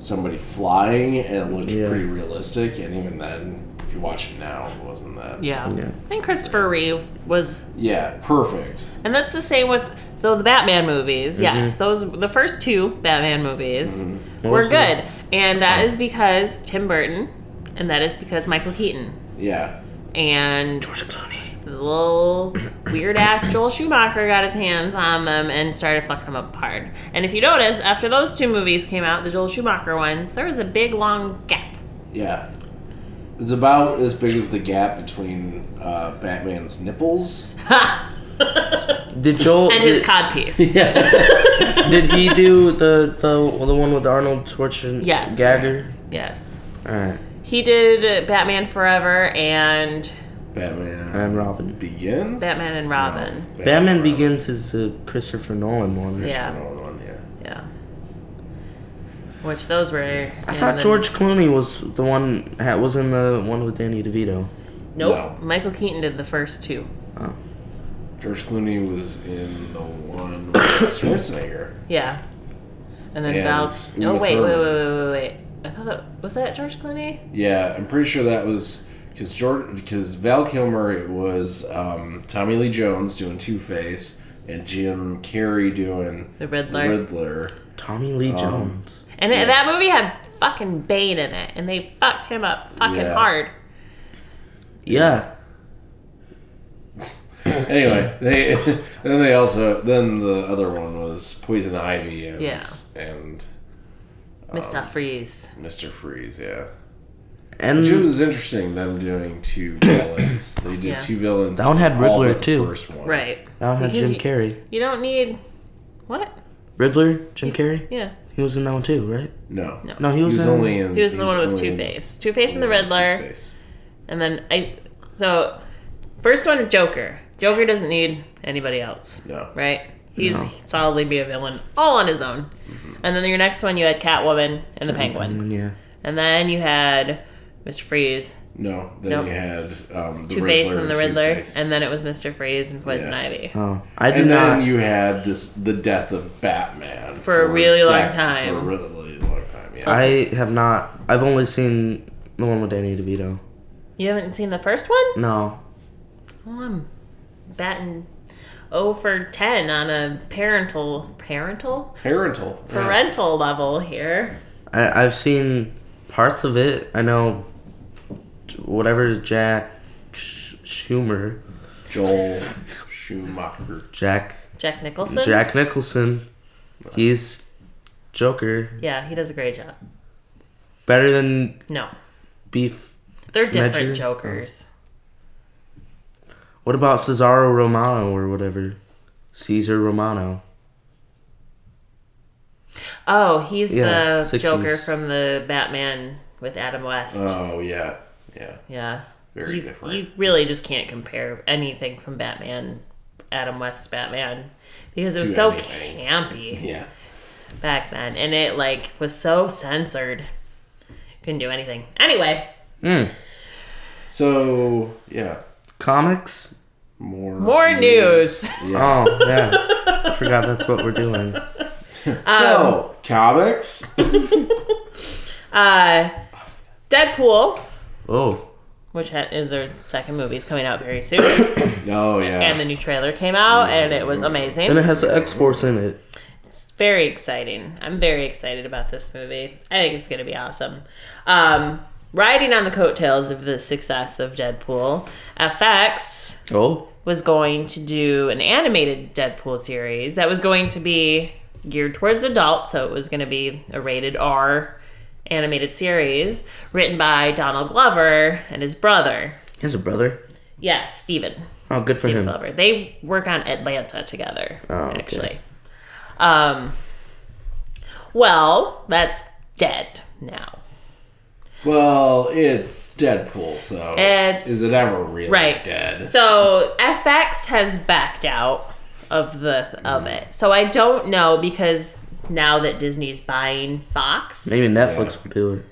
[SPEAKER 2] somebody flying, and it looked
[SPEAKER 3] Yeah.
[SPEAKER 2] pretty realistic. And even then, if you watch it now, it wasn't that.
[SPEAKER 1] Yeah.
[SPEAKER 3] Yeah.
[SPEAKER 1] And Christopher Reeve was.
[SPEAKER 2] Yeah, perfect.
[SPEAKER 1] And that's the same with though the Batman movies. Yes, those the first two Batman movies were
[SPEAKER 3] Mostly.
[SPEAKER 1] good. And that is because Tim Burton and that is because Michael Keaton
[SPEAKER 2] Yeah,
[SPEAKER 1] and the little weird ass Joel Schumacher got his hands on them and started fucking them up hard. And if you notice, after those two movies came out, the Joel Schumacher ones, there was a big long gap.
[SPEAKER 2] yeah. It's about as big as the gap between uh, Batman's nipples.
[SPEAKER 3] Did Joel?
[SPEAKER 1] And his
[SPEAKER 3] did-
[SPEAKER 1] codpiece.
[SPEAKER 3] Yeah. Did he do the the well, the one with Arnold Schwarzenegger?
[SPEAKER 1] Yes.
[SPEAKER 3] Gagger.
[SPEAKER 1] yes.
[SPEAKER 3] All right.
[SPEAKER 1] He did Batman Forever and
[SPEAKER 2] Batman
[SPEAKER 3] And Robin.
[SPEAKER 2] Begins.
[SPEAKER 1] Batman and Robin.
[SPEAKER 3] Batman Begins is the Christopher Nolan one.
[SPEAKER 1] Yeah. Yeah. Which those were.
[SPEAKER 3] I thought George Clooney was the one that was in the one with Danny DeVito.
[SPEAKER 1] Nope.
[SPEAKER 2] No.
[SPEAKER 1] Michael Keaton did the first two.
[SPEAKER 3] Oh.
[SPEAKER 2] George Clooney was in the one with Schwarzenegger.
[SPEAKER 1] Yeah. And then
[SPEAKER 2] And
[SPEAKER 1] Val. No,
[SPEAKER 2] Uma
[SPEAKER 1] wait, wait, wait, wait,
[SPEAKER 2] Thurman.
[SPEAKER 1] wait, wait. I thought that was that George Clooney.
[SPEAKER 2] Yeah, I'm pretty sure that was because George because Val Kilmer it was um, Tommy Lee Jones doing Two Face and Jim Carrey doing
[SPEAKER 1] The Riddler.
[SPEAKER 2] Riddler.
[SPEAKER 3] Tommy
[SPEAKER 2] Oh.
[SPEAKER 3] Lee Jones.
[SPEAKER 1] And it, that movie had fucking Bane in it, and they fucked him up fucking
[SPEAKER 2] Yeah.
[SPEAKER 1] hard.
[SPEAKER 3] Yeah.
[SPEAKER 2] Anyway, they then they also then the other one was Poison Ivy and
[SPEAKER 1] Yeah.
[SPEAKER 2] and
[SPEAKER 1] Mr. Freeze.
[SPEAKER 2] Mr. Freeze. Yeah.
[SPEAKER 3] And
[SPEAKER 2] Which it was interesting them doing two villains. They did
[SPEAKER 1] Yeah.
[SPEAKER 2] two villains.
[SPEAKER 3] That one had
[SPEAKER 2] all
[SPEAKER 3] Riddler,
[SPEAKER 2] but the
[SPEAKER 3] too.
[SPEAKER 2] First one.
[SPEAKER 1] Right.
[SPEAKER 3] that one had
[SPEAKER 1] Because
[SPEAKER 3] Jim Carrey.
[SPEAKER 1] You don't need. What?
[SPEAKER 3] Riddler, Jim Carrey.
[SPEAKER 1] Yeah.
[SPEAKER 3] He was in that one too, right?
[SPEAKER 2] No.
[SPEAKER 1] No.
[SPEAKER 3] No, he
[SPEAKER 2] He
[SPEAKER 3] was,
[SPEAKER 2] was
[SPEAKER 3] in,
[SPEAKER 2] only in.
[SPEAKER 1] He was the one with
[SPEAKER 2] only
[SPEAKER 1] Two
[SPEAKER 2] in-
[SPEAKER 1] Face. Two Face and the
[SPEAKER 2] only in
[SPEAKER 1] Riddler.
[SPEAKER 2] Two-Face.
[SPEAKER 1] And then I. So, first one, Joker. Joker doesn't need anybody else.
[SPEAKER 2] No.
[SPEAKER 1] Right? He's
[SPEAKER 3] No.
[SPEAKER 1] solidly be a villain all on his own. And then your next one, you had Catwoman and the Penguin.
[SPEAKER 3] Mm, Yeah.
[SPEAKER 1] And then you had Mr. Freeze,
[SPEAKER 2] No. Then
[SPEAKER 1] Nope.
[SPEAKER 2] you had um, the
[SPEAKER 1] Two Face,
[SPEAKER 2] Riddler
[SPEAKER 1] and the Riddler.
[SPEAKER 2] Two-Face.
[SPEAKER 1] And then it was Mr. Freeze and Poison
[SPEAKER 2] Yeah.
[SPEAKER 1] Ivy.
[SPEAKER 3] Oh, I did
[SPEAKER 2] And
[SPEAKER 3] not.
[SPEAKER 2] then you had this the death of Batman
[SPEAKER 1] For a really long
[SPEAKER 2] dec-
[SPEAKER 1] time.
[SPEAKER 2] For a really long time. Yeah.
[SPEAKER 3] I have not. I've only seen the one with Danny DeVito.
[SPEAKER 1] You haven't seen the first one?
[SPEAKER 3] No.
[SPEAKER 1] Well, I'm batting 0 for 10 on a parental, parental,
[SPEAKER 2] Parental.
[SPEAKER 1] parental level here.
[SPEAKER 3] I, I've seen parts of it. I know whatever Jack Sh- Schumer,
[SPEAKER 2] Joel Schumacher.
[SPEAKER 3] Jack
[SPEAKER 1] Jack Nicholson.
[SPEAKER 3] Jack Nicholson, he's Joker.
[SPEAKER 1] Yeah, he does a great job.
[SPEAKER 3] Better than
[SPEAKER 1] No,
[SPEAKER 3] Beef.
[SPEAKER 1] they're different
[SPEAKER 3] Ledger?
[SPEAKER 1] Jokers.
[SPEAKER 3] What about Cesaro Romano or whatever? Caesar Romano.
[SPEAKER 1] Oh, he's
[SPEAKER 3] Yeah,
[SPEAKER 1] the
[SPEAKER 3] 60s.
[SPEAKER 1] Joker from the Batman with Adam West.
[SPEAKER 2] Oh yeah, yeah.
[SPEAKER 1] yeah,
[SPEAKER 2] Very
[SPEAKER 1] you,
[SPEAKER 2] different.
[SPEAKER 1] You really just can't compare anything from Batman, Adam West's Batman, because it was
[SPEAKER 2] To
[SPEAKER 1] so
[SPEAKER 2] anything.
[SPEAKER 1] campy
[SPEAKER 2] Yeah.
[SPEAKER 1] back then, and it like was so censored. Couldn't do anything. Anyway,
[SPEAKER 3] Mm.
[SPEAKER 2] So yeah,
[SPEAKER 3] Comics?
[SPEAKER 2] more
[SPEAKER 1] More news.
[SPEAKER 2] Yeah.
[SPEAKER 3] Oh, yeah. I forgot that's what we're doing.
[SPEAKER 1] Um,
[SPEAKER 2] so comics.
[SPEAKER 1] uh, Deadpool,
[SPEAKER 3] Oh.
[SPEAKER 1] which ha- is their second movie, is coming out very soon,
[SPEAKER 2] Oh yeah.
[SPEAKER 1] and the new trailer came out, and it was amazing.
[SPEAKER 3] And it has the X Force in it.
[SPEAKER 1] very exciting. I'm very excited about this movie. I think it's going to be awesome. Um, riding on the coattails of the success of Deadpool, FX
[SPEAKER 3] Oh.
[SPEAKER 1] was going to do an animated Deadpool series that was going to be geared towards adults, so it was going to be a rated R animated series written by Donald Glover and his brother.
[SPEAKER 3] He has a brother.
[SPEAKER 1] Yes, Steven.
[SPEAKER 3] Oh, good for
[SPEAKER 1] Steven
[SPEAKER 3] him.
[SPEAKER 1] Glover. They work on Atlanta together,
[SPEAKER 3] Oh, okay.
[SPEAKER 1] actually. Um, well, that's dead now.
[SPEAKER 2] Well, it's Deadpool, so
[SPEAKER 1] It's-
[SPEAKER 2] is it ever really
[SPEAKER 1] Right.
[SPEAKER 2] dead?
[SPEAKER 1] So FX has backed out of the of it. So I don't know because now that Disney's buying Fox,
[SPEAKER 3] Maybe Netflix will do it.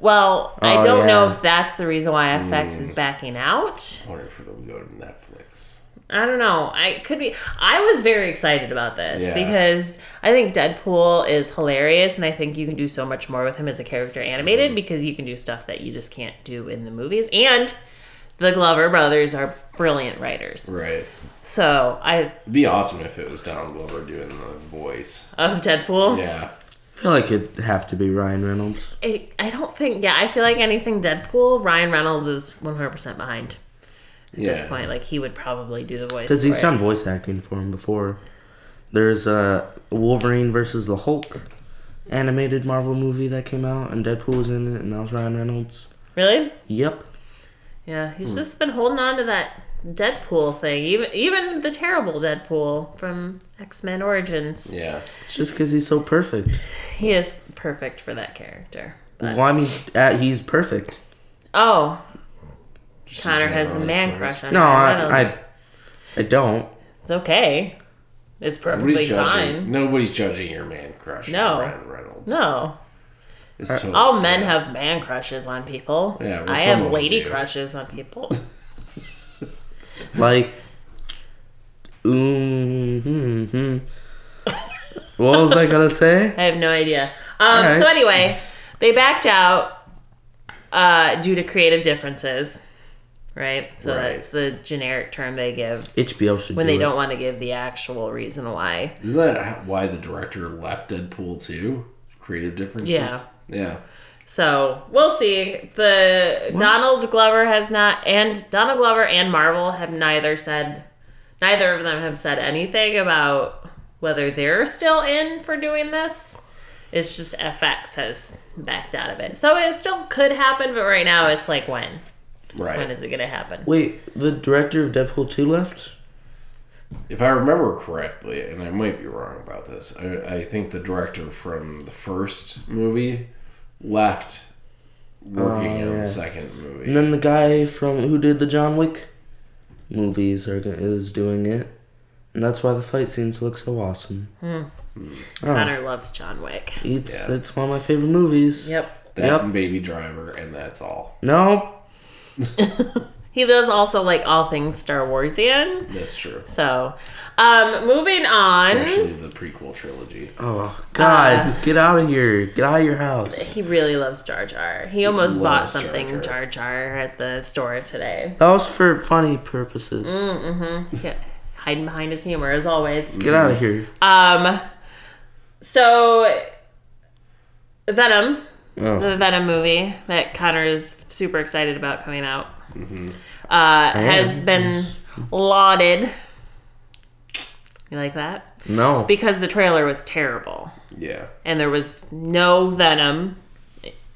[SPEAKER 1] well, I
[SPEAKER 3] Oh,
[SPEAKER 1] don't know
[SPEAKER 3] yeah. Mm.
[SPEAKER 1] if that's the reason why FX is backing out.
[SPEAKER 2] I wonder if it'll go to Netflix.
[SPEAKER 1] I don't know. I could be. I was very excited about this
[SPEAKER 2] Yeah.
[SPEAKER 1] because I think Deadpool is hilarious, and I think you can do so much more with him as a character animated
[SPEAKER 2] Mm-hmm.
[SPEAKER 1] because you can do stuff that you just can't do in the movies. And the Glover brothers are brilliant writers,
[SPEAKER 2] Right.
[SPEAKER 1] so I
[SPEAKER 2] It'd be awesome if it was Donald Glover doing the voice.
[SPEAKER 1] of Deadpool.
[SPEAKER 2] Yeah.
[SPEAKER 3] I feel like it'd have to be Ryan Reynolds.
[SPEAKER 1] I, I don't think. Yeah, I feel like anything Deadpool, Ryan Reynolds is one hundred percent behind
[SPEAKER 2] Yeah.
[SPEAKER 1] at this point. Like he would probably do the voice.
[SPEAKER 3] Because he's
[SPEAKER 1] for it.
[SPEAKER 3] done voice acting for him before. There's uh, Wolverine versus the Hulk animated Marvel movie that came out, and Deadpool was in it, and that was Ryan Reynolds.
[SPEAKER 1] really.
[SPEAKER 3] Yep.
[SPEAKER 1] Yeah,
[SPEAKER 2] Hmm.
[SPEAKER 1] he's just been holding on to that Deadpool thing, even even the terrible Deadpool from X Men Origins.
[SPEAKER 2] Yeah.
[SPEAKER 3] It's just because he's so perfect.
[SPEAKER 1] He is perfect for that character. But
[SPEAKER 3] Well, I mean, uh, he's perfect.
[SPEAKER 1] oh,
[SPEAKER 2] Just in
[SPEAKER 1] Connor has a
[SPEAKER 2] general,
[SPEAKER 1] man
[SPEAKER 2] his voice.
[SPEAKER 1] crush on
[SPEAKER 3] No,
[SPEAKER 1] Ryan
[SPEAKER 3] I,
[SPEAKER 1] Reynolds.
[SPEAKER 3] I, I don't.
[SPEAKER 1] It's okay. It's perfectly
[SPEAKER 2] Nobody's judging.
[SPEAKER 1] fine.
[SPEAKER 2] Nobody's judging your man crush. on
[SPEAKER 1] No.
[SPEAKER 2] Ryan Reynolds.
[SPEAKER 1] No,
[SPEAKER 2] It's totally,
[SPEAKER 1] all men
[SPEAKER 2] yeah.
[SPEAKER 1] have man crushes on people.
[SPEAKER 2] Yeah, well,
[SPEAKER 1] I
[SPEAKER 2] some of
[SPEAKER 1] have
[SPEAKER 2] 'em
[SPEAKER 1] lady
[SPEAKER 2] do.
[SPEAKER 1] crushes on people.
[SPEAKER 3] Like, mm hmm, hmm. What was I gonna say?
[SPEAKER 1] I have no idea. Um,
[SPEAKER 3] right.
[SPEAKER 1] So anyway, they backed out uh, due to creative differences, right? So
[SPEAKER 2] Right.
[SPEAKER 1] that's the generic term they give
[SPEAKER 3] HBO should
[SPEAKER 1] when
[SPEAKER 3] do
[SPEAKER 1] they
[SPEAKER 3] it.
[SPEAKER 1] don't want to give the actual reason why.
[SPEAKER 2] Isn't that why the director left Deadpool too? Creative differences.
[SPEAKER 1] Yeah.
[SPEAKER 2] Yeah.
[SPEAKER 1] So we'll see. The Donald Glover has not, and Donald Glover and Marvel have neither said, neither of them have said anything about whether they're still in for doing this. It's just FX has backed out of it. So it still could happen, but right now it's like when? When
[SPEAKER 2] Right.
[SPEAKER 1] is it going to happen?
[SPEAKER 3] Wait, the director of Deadpool 2 left?
[SPEAKER 2] If I remember correctly, and I might be wrong about this, I, I think the director from the first movie left working on the second movie.
[SPEAKER 3] And then the guy from who did the John Wick movies are go- is doing it, and that's why the fight scenes look so awesome.
[SPEAKER 2] Oh.
[SPEAKER 1] Connor loves John Wick.
[SPEAKER 3] It's
[SPEAKER 2] Yeah.
[SPEAKER 3] it's one of my favorite movies.
[SPEAKER 1] Yep.
[SPEAKER 2] That
[SPEAKER 3] Yep.
[SPEAKER 2] and Baby Driver, and that's all.
[SPEAKER 3] No.
[SPEAKER 1] He does also like all things Star Warsian.
[SPEAKER 2] That's true.
[SPEAKER 1] So, um, moving on.
[SPEAKER 2] Especially the prequel trilogy.
[SPEAKER 3] Oh
[SPEAKER 1] Ah.
[SPEAKER 3] God, get out of here! Get out of your house.
[SPEAKER 1] He really loves Jar Jar. He almost bought
[SPEAKER 2] loves Jar
[SPEAKER 1] something
[SPEAKER 2] Jar.
[SPEAKER 1] Jar Jar at the store today.
[SPEAKER 3] That was for funny purposes.
[SPEAKER 1] Yeah, hiding behind his humor as always.
[SPEAKER 3] Get out of here.
[SPEAKER 1] Um, so Venom,
[SPEAKER 3] Oh,
[SPEAKER 1] the Venom movie that Connor is super excited about coming out, uh, has
[SPEAKER 3] am,
[SPEAKER 1] been
[SPEAKER 3] yes.
[SPEAKER 1] lauded. You like that?
[SPEAKER 3] no.
[SPEAKER 1] Because the trailer was terrible,
[SPEAKER 2] Yeah.
[SPEAKER 1] and there was no Venom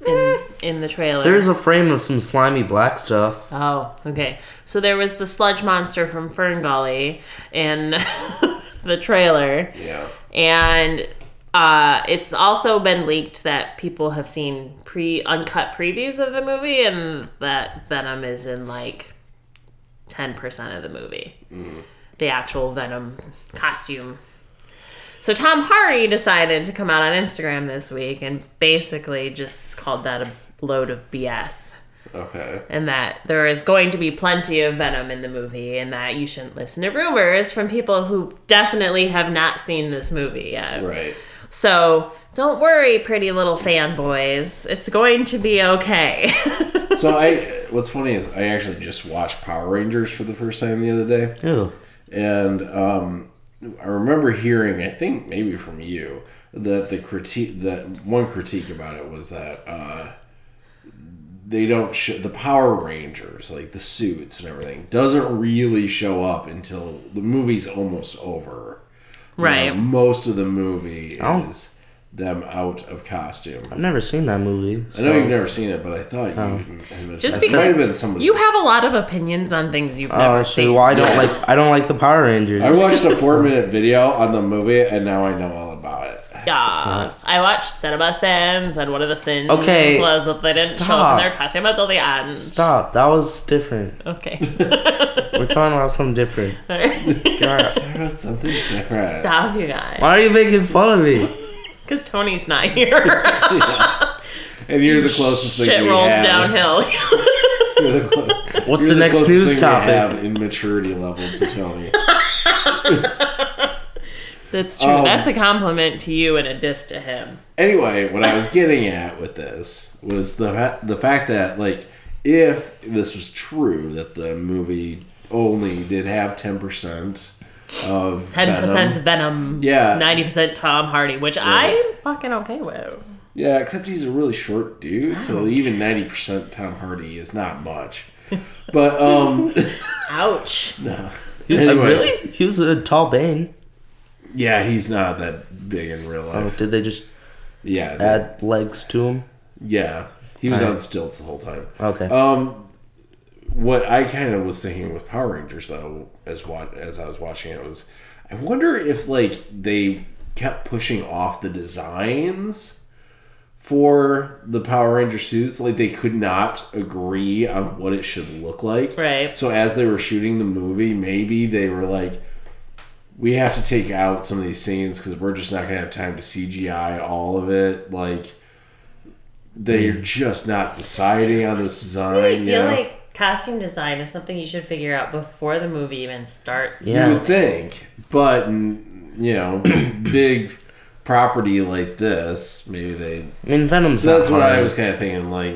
[SPEAKER 1] in in the trailer.
[SPEAKER 3] There's a frame of some slimy black stuff.
[SPEAKER 1] Oh, okay. So there was the sludge monster from Ferngully in the trailer.
[SPEAKER 2] Yeah.
[SPEAKER 1] and uh, it's also been leaked that people have seen pre uncut previews of the movie and that Venom is in like 10% of the movie. The actual Venom costume. So Tom Hardy decided to come out on Instagram this week and basically just called that a load of BS
[SPEAKER 2] Okay.
[SPEAKER 1] and that there is going to be plenty of venom in the movie and that you shouldn't listen to rumors from people who definitely have not seen this movie yet.
[SPEAKER 2] Right.
[SPEAKER 1] So don't worry, pretty little fanboys. It's going to be okay.
[SPEAKER 2] So I, what's funny is I actually just watched Power Rangers for the first time the other day.
[SPEAKER 3] Ew.
[SPEAKER 2] and um, I remember hearing, I think maybe from you, that the critique, that one critique about it was that uh, they don't show the Power Rangers, like the suits and everything, doesn't really show up until the movie's almost over. You know,
[SPEAKER 1] right.
[SPEAKER 2] most of the movie
[SPEAKER 3] Oh.
[SPEAKER 2] is them out of costume.
[SPEAKER 3] I've never seen that movie.
[SPEAKER 2] I
[SPEAKER 3] So. Oh.
[SPEAKER 2] know you've never seen it, but I thought you had
[SPEAKER 1] Just
[SPEAKER 2] it might have been
[SPEAKER 1] because
[SPEAKER 2] somebody.
[SPEAKER 1] you have a lot of opinions on things you've
[SPEAKER 3] Oh,
[SPEAKER 1] never
[SPEAKER 3] I see.
[SPEAKER 1] seen.
[SPEAKER 3] Well, I don't like. I don't like the Power Rangers.
[SPEAKER 2] I watched a four-minute video on the movie, and now I know all about it.
[SPEAKER 1] Yes. I watched Cinema Sins and one of the sins
[SPEAKER 3] Okay,
[SPEAKER 1] was that they didn't show up
[SPEAKER 3] stop.
[SPEAKER 1] in their costume until the end.
[SPEAKER 3] Stop. That was different.
[SPEAKER 1] Okay.
[SPEAKER 3] We're talking about something different. God.
[SPEAKER 2] Try something different.
[SPEAKER 1] Stop you guys.
[SPEAKER 3] Why are you making fun of me?
[SPEAKER 1] Because Tony's not here.
[SPEAKER 2] And you're the closest thing
[SPEAKER 1] Shit
[SPEAKER 2] we
[SPEAKER 1] rolls
[SPEAKER 2] have.
[SPEAKER 1] downhill.
[SPEAKER 2] You're the clo-
[SPEAKER 3] What's
[SPEAKER 2] you're
[SPEAKER 3] the next
[SPEAKER 2] closest
[SPEAKER 3] news
[SPEAKER 2] thing we
[SPEAKER 3] topic?
[SPEAKER 2] have in maturity level to Tony.
[SPEAKER 1] That's true.
[SPEAKER 2] Um,
[SPEAKER 1] That's a compliment to you and a diss to him.
[SPEAKER 2] anyway, what I was getting at with this was the fa- the fact that like if this was true that the movie only did have ten percent of
[SPEAKER 1] Ten percent
[SPEAKER 2] Venom-
[SPEAKER 1] Venom.
[SPEAKER 2] Yeah.
[SPEAKER 1] Ninety percent Tom Hardy, which I'm fucking okay with.
[SPEAKER 2] Yeah, except he's a really short dude, so even ninety percent Tom Hardy is not much. But um,
[SPEAKER 1] Ouch.
[SPEAKER 3] You- uh,
[SPEAKER 2] Anyway.
[SPEAKER 3] Really? He was a tall Bane.
[SPEAKER 2] yeah, he's not that big in real
[SPEAKER 3] Oh,
[SPEAKER 2] life.
[SPEAKER 3] did they just
[SPEAKER 2] Yeah, the-
[SPEAKER 3] add legs to him?
[SPEAKER 2] Yeah, he was
[SPEAKER 3] Right.
[SPEAKER 2] on stilts the whole time.
[SPEAKER 3] Okay.
[SPEAKER 2] Um, what I kind of was thinking with Power Rangers though, as what as I was watching it, was I wonder if like they kept pushing off the designs for the Power Ranger suits, like they could not agree on what it should look like.
[SPEAKER 1] Right.
[SPEAKER 2] So as they were shooting the movie, maybe they were like. We have to take out some of these scenes because we're just not going to have time to CGI all of it. Like, they're just not deciding on this design.
[SPEAKER 1] Mm. I feel
[SPEAKER 2] you know?
[SPEAKER 1] like costume design is something you should figure out before the movie even starts.
[SPEAKER 3] Yeah.
[SPEAKER 2] you would think, but n- you know, big property like this, maybe they.
[SPEAKER 3] I mean, Venom's.
[SPEAKER 2] So that's
[SPEAKER 3] not
[SPEAKER 2] what
[SPEAKER 3] hard.
[SPEAKER 2] I was kind of thinking. Like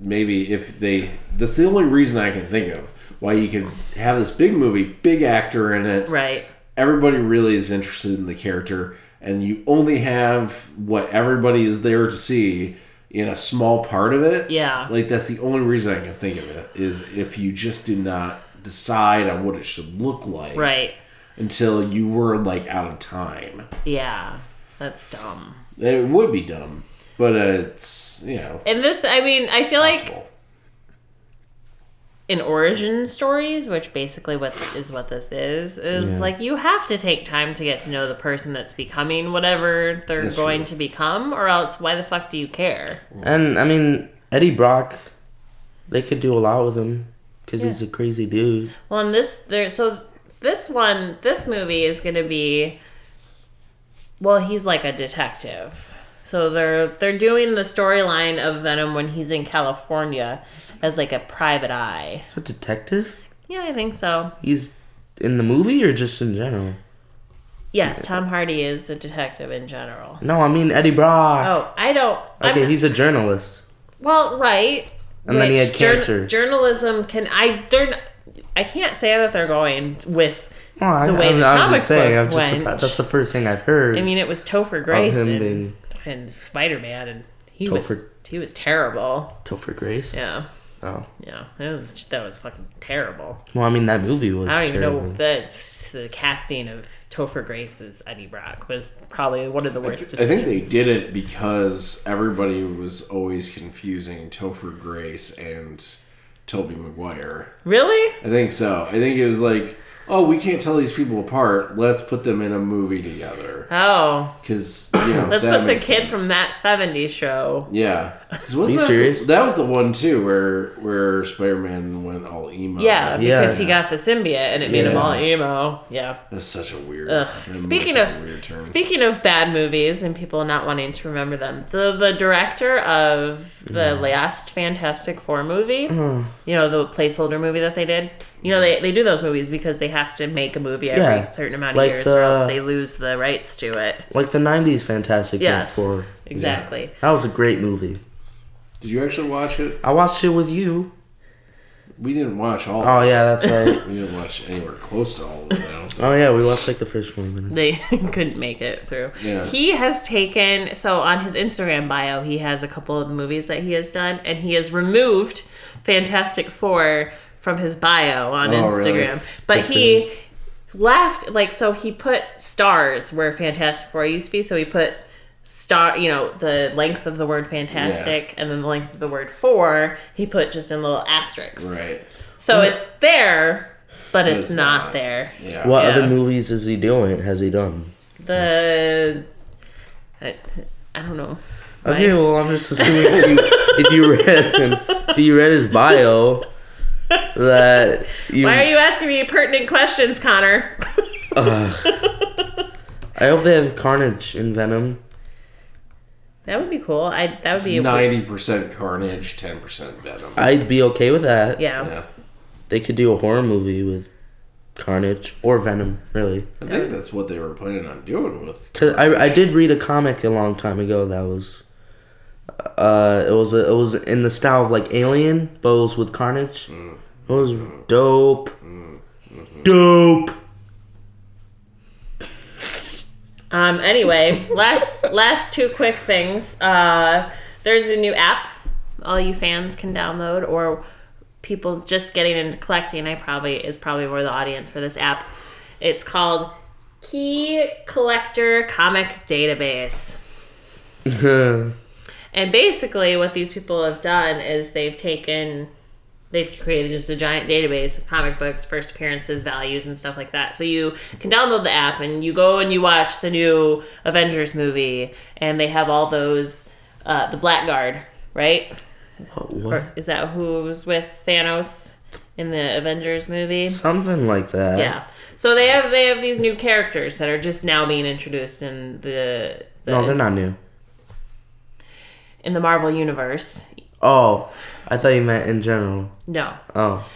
[SPEAKER 2] maybe if they, that's the only reason I can think of why you could have this big movie, big actor in it.
[SPEAKER 1] Right.
[SPEAKER 2] Everybody really is interested in the character, and you only have what everybody is there to see in a small part of it.
[SPEAKER 1] Yeah.
[SPEAKER 2] like that's the only reason I can think of it is if you just did not decide on what it should look like.
[SPEAKER 1] Right.
[SPEAKER 2] until you were like out of time.
[SPEAKER 1] Yeah. That's dumb.
[SPEAKER 2] It would be dumb, but uh, it's you know
[SPEAKER 1] And this, I mean, I feel like
[SPEAKER 2] possible.
[SPEAKER 1] in origin stories, which basically what is what this is, is like you have to take time to get to know the person that's becoming whatever they're
[SPEAKER 2] That's
[SPEAKER 1] going
[SPEAKER 2] true.
[SPEAKER 1] to become, or else why the fuck do you care?
[SPEAKER 3] And I mean, Eddie Brock, they could do a lot with him because he's a crazy dude.
[SPEAKER 1] Well, in this there, so this one, this movie is going to be. Well, he's like a detective, So they're they're doing the storyline of Venom when he's in California as like a private eye.
[SPEAKER 3] Is that detective?
[SPEAKER 1] Yeah, I think so.
[SPEAKER 3] He's in the movie or just in general?
[SPEAKER 1] Yes, Tom Hardy is a detective in general.
[SPEAKER 3] No, I mean Eddie Brock.
[SPEAKER 1] Oh, I don't.
[SPEAKER 3] okay,
[SPEAKER 1] I'm,
[SPEAKER 3] he's a journalist.
[SPEAKER 1] well, right.
[SPEAKER 3] And then he
[SPEAKER 1] which
[SPEAKER 3] had
[SPEAKER 1] jour-
[SPEAKER 3] cancer.
[SPEAKER 1] journalism can I they're n- I can't say that they're going with.
[SPEAKER 3] Well, I,
[SPEAKER 1] The way
[SPEAKER 3] I'm,
[SPEAKER 1] the
[SPEAKER 3] I'm
[SPEAKER 1] comic
[SPEAKER 3] just saying.
[SPEAKER 1] book
[SPEAKER 3] I've just
[SPEAKER 1] went.
[SPEAKER 3] that's the first thing I've heard.
[SPEAKER 1] I mean, it was Topher
[SPEAKER 3] of
[SPEAKER 1] Grace
[SPEAKER 3] him
[SPEAKER 1] and,
[SPEAKER 3] being
[SPEAKER 1] and Spider Man, and he was
[SPEAKER 3] Topher.
[SPEAKER 1] he was terrible.
[SPEAKER 3] Topher Grace.
[SPEAKER 1] Yeah,
[SPEAKER 3] Oh.
[SPEAKER 1] yeah, that was that was fucking terrible.
[SPEAKER 3] Well, I mean that movie was.
[SPEAKER 1] I don't even
[SPEAKER 3] terrible.
[SPEAKER 1] know that's the casting of Topher Grace's Eddie Brock was probably one of the worst.
[SPEAKER 2] I think they
[SPEAKER 1] decisions.
[SPEAKER 2] did it because everybody was always confusing Topher Grace and Toby Maguire.
[SPEAKER 1] Really?
[SPEAKER 2] I think so. I think it was like, oh, we can't tell these people apart. Let's put them in a movie together
[SPEAKER 1] Oh,
[SPEAKER 2] because you know
[SPEAKER 1] let's
[SPEAKER 2] that
[SPEAKER 1] put the
[SPEAKER 2] makes
[SPEAKER 1] kid
[SPEAKER 2] sense.
[SPEAKER 1] from that '70s show.
[SPEAKER 2] Yeah, 'Cause wasn't
[SPEAKER 3] you
[SPEAKER 2] that
[SPEAKER 3] serious?
[SPEAKER 2] The, that was the one too where where Spider Man went all emo.
[SPEAKER 1] Yeah,
[SPEAKER 3] Yeah.
[SPEAKER 1] because he got the symbiote and it made him
[SPEAKER 2] Yeah.
[SPEAKER 1] all emo. Yeah.
[SPEAKER 2] that's such a weird.
[SPEAKER 1] Ugh.
[SPEAKER 2] that made
[SPEAKER 1] Speaking
[SPEAKER 2] such a
[SPEAKER 1] of
[SPEAKER 2] weird turn.
[SPEAKER 1] speaking of bad movies and people not wanting to remember them, so the director of the
[SPEAKER 3] Mm.
[SPEAKER 1] last Fantastic Four movie,
[SPEAKER 3] Uh.
[SPEAKER 1] you know the placeholder movie that they did, you know they, they do those movies because they have to make a movie every
[SPEAKER 3] Yeah.
[SPEAKER 1] certain amount of
[SPEAKER 3] Like
[SPEAKER 1] years or else
[SPEAKER 3] the-
[SPEAKER 1] they lose the rights to it.
[SPEAKER 3] Like the '90s Fantastic
[SPEAKER 1] Yes.
[SPEAKER 3] Four.
[SPEAKER 1] Exactly.
[SPEAKER 3] That was a great movie.
[SPEAKER 2] Did you actually watch it?
[SPEAKER 3] I watched it with you.
[SPEAKER 2] We didn't watch all.
[SPEAKER 3] Oh
[SPEAKER 2] of
[SPEAKER 3] yeah, that's right.
[SPEAKER 2] it. We didn't watch anywhere close to all of it. I don't think.
[SPEAKER 3] oh yeah, we watched like the first one minute.
[SPEAKER 1] They couldn't make it through.
[SPEAKER 2] Yeah.
[SPEAKER 1] He has taken so on his Instagram bio, he has a couple of the movies that he has done, and he has removed Fantastic Four from his bio on
[SPEAKER 2] Oh,
[SPEAKER 1] Instagram.
[SPEAKER 2] really?
[SPEAKER 1] But he left like so he put stars where Fantastic Four used to be, so he put star you know the length of the word fantastic and then the length of the word four he put just in little asterisks
[SPEAKER 2] Right.
[SPEAKER 1] so it's there but it's,
[SPEAKER 2] it's
[SPEAKER 1] not,
[SPEAKER 2] not.
[SPEAKER 1] there
[SPEAKER 2] Yeah.
[SPEAKER 3] What
[SPEAKER 1] Yeah.
[SPEAKER 3] other movies is he doing? Has he done?
[SPEAKER 1] the I, I don't know.
[SPEAKER 3] Okay, well, I'm just assuming if you, if you read if you read his bio that you.
[SPEAKER 1] Why are you asking me pertinent questions, Connor?
[SPEAKER 3] I hope they have Carnage in Venom.
[SPEAKER 1] That would be cool. I that would be a weird-
[SPEAKER 2] Ninety percent Carnage, ten percent Venom.
[SPEAKER 3] I'd be okay with that.
[SPEAKER 1] yeah.
[SPEAKER 2] yeah.
[SPEAKER 3] They could do a horror movie with Carnage or Venom, really.
[SPEAKER 2] I think that's what they were planning on doing with.
[SPEAKER 3] Cause I, I did read a comic a long time ago that was, uh, it was a, it was in the style of like Alien, but it was with Carnage. It was dope, dope.
[SPEAKER 1] Um. Anyway, last last two quick things. Uh, there's a new app all you fans can download, or people just getting into collecting. I probably is probably more the audience for this app. It's called Key Collector Comic Database. And basically, what these people have done is they've taken, they've created just a giant database of comic books, first appearances, values, and stuff like that. So you can download the app and you go and you watch the new Avengers movie, and they have all those, uh, the Blackguard, right?
[SPEAKER 3] what?
[SPEAKER 1] Is that who was with Thanos in the Avengers movie?
[SPEAKER 3] Something like that.
[SPEAKER 1] Yeah. So they have they have these new characters that are just now being introduced in the, the
[SPEAKER 3] No, they're not new.
[SPEAKER 1] in the Marvel universe.
[SPEAKER 3] Oh, I thought you meant in general.
[SPEAKER 1] No,
[SPEAKER 3] Oh,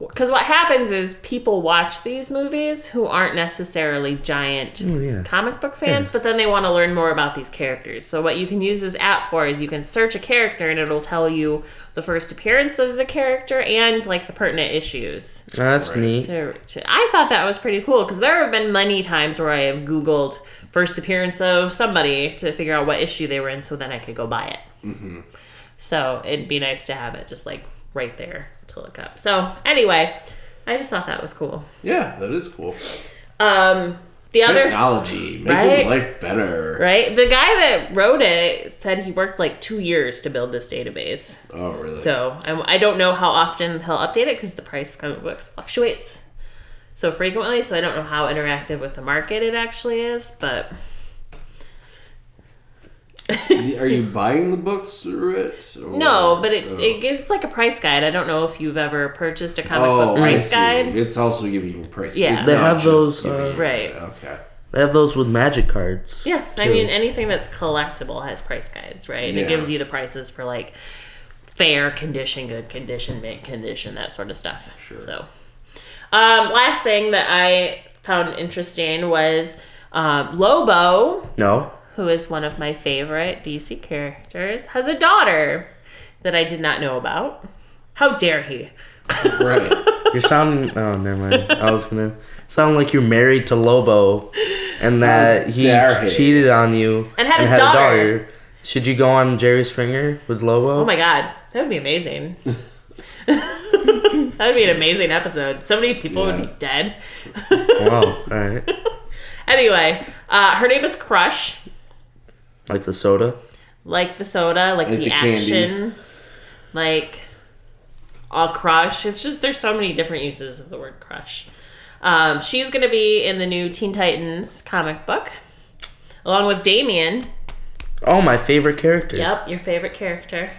[SPEAKER 1] Because what happens is people watch these movies who aren't necessarily giant
[SPEAKER 3] Oh, yeah.
[SPEAKER 1] comic book fans, but then they want to learn more about these characters. So, what you can use this app for is you can search a character and it'll tell you the first appearance of the character and like the pertinent issues.
[SPEAKER 3] that's neat.
[SPEAKER 1] To, to, I thought that was pretty cool because there have been many times where I have Googled first appearance of somebody to figure out what issue they were in so then I could go buy it. So it'd be nice to have it just like right there to look up. So anyway, I just thought that was cool.
[SPEAKER 2] Yeah, that is cool.
[SPEAKER 1] Um, the other
[SPEAKER 2] Technology making
[SPEAKER 1] Right?
[SPEAKER 2] life better.
[SPEAKER 1] right, the guy that wrote it said he worked like two years to build this database.
[SPEAKER 2] Oh, really?
[SPEAKER 1] So I'm, I don't know how often he'll update it because the price of comic books fluctuates so frequently. So I don't know how interactive with the market it actually is, but
[SPEAKER 2] Are you buying the books through it? or-
[SPEAKER 1] no. But it,
[SPEAKER 2] Oh.
[SPEAKER 1] it gives it's like a price guide. I don't know if you've ever purchased a comic
[SPEAKER 2] Oh,
[SPEAKER 1] book
[SPEAKER 2] I
[SPEAKER 1] price
[SPEAKER 2] see.
[SPEAKER 1] guide.
[SPEAKER 2] It's also giving you price.
[SPEAKER 1] Yeah.
[SPEAKER 2] It's
[SPEAKER 1] They
[SPEAKER 2] not
[SPEAKER 3] have
[SPEAKER 2] just
[SPEAKER 3] those,
[SPEAKER 2] giving
[SPEAKER 3] uh,
[SPEAKER 2] you-
[SPEAKER 1] Right.
[SPEAKER 2] Okay.
[SPEAKER 3] They have those with magic cards.
[SPEAKER 1] Yeah, I
[SPEAKER 3] too.
[SPEAKER 1] mean anything that's collectible has price guides, right?
[SPEAKER 2] Yeah.
[SPEAKER 1] It gives you the prices for like fair condition, good condition, mint condition, that sort of stuff. Sure. So, um, last thing that I found interesting was um, Lobo,
[SPEAKER 3] No.
[SPEAKER 1] who is one of my favorite DC characters, has a daughter that I did not know about. How dare he?
[SPEAKER 2] Right.
[SPEAKER 3] You're sounding. Oh, never mind. I was gonna sound like you're married to Lobo, and that he
[SPEAKER 2] dare he.
[SPEAKER 3] cheated on you
[SPEAKER 1] And had a daughter.
[SPEAKER 3] Should you go on Jerry Springer with Lobo?
[SPEAKER 1] Oh my god, that would be amazing. that would be an amazing episode. So many people would
[SPEAKER 2] Yeah.
[SPEAKER 1] be dead.
[SPEAKER 3] Wow. All right.
[SPEAKER 1] Anyway, uh, her name is Crush,
[SPEAKER 3] Like the soda.
[SPEAKER 1] like the soda, like,
[SPEAKER 2] Like
[SPEAKER 1] the,
[SPEAKER 2] the candy.
[SPEAKER 1] action, like all crush. It's just there's so many different uses of the word crush. Um, she's gonna be in the new Teen Titans comic book, along with Damien.
[SPEAKER 3] Oh, my favorite character.
[SPEAKER 1] Yep, your favorite character.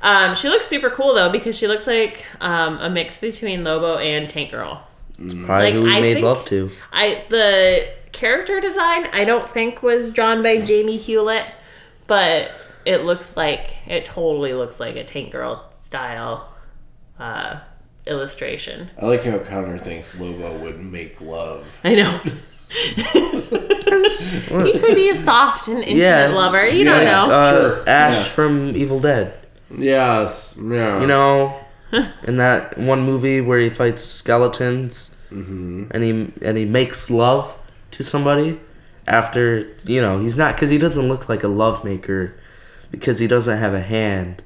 [SPEAKER 1] Um, she looks super cool though because she looks like um, a mix between Lobo and Tank Girl.
[SPEAKER 3] Probably
[SPEAKER 1] Like,
[SPEAKER 3] who we
[SPEAKER 1] I
[SPEAKER 3] made
[SPEAKER 1] think-
[SPEAKER 3] love to.
[SPEAKER 1] I the character design I don't think was drawn by Jamie Hewlett, but it looks like it totally looks like a Tank Girl style uh, illustration.
[SPEAKER 2] I like how Connor thinks Lobo would make love.
[SPEAKER 1] I know. he could be a soft and intimate
[SPEAKER 3] Yeah.
[SPEAKER 1] lover. You don't
[SPEAKER 2] Yeah.
[SPEAKER 1] know.
[SPEAKER 3] Uh,
[SPEAKER 2] Sure.
[SPEAKER 3] Ash
[SPEAKER 2] Yeah.
[SPEAKER 3] from Evil Dead.
[SPEAKER 2] Yes. yes.
[SPEAKER 3] You know, in that one movie where he fights skeletons,
[SPEAKER 2] Mm-hmm.
[SPEAKER 3] and he and he makes love to somebody after you know he's not because he doesn't look like a lovemaker because he doesn't have a hand.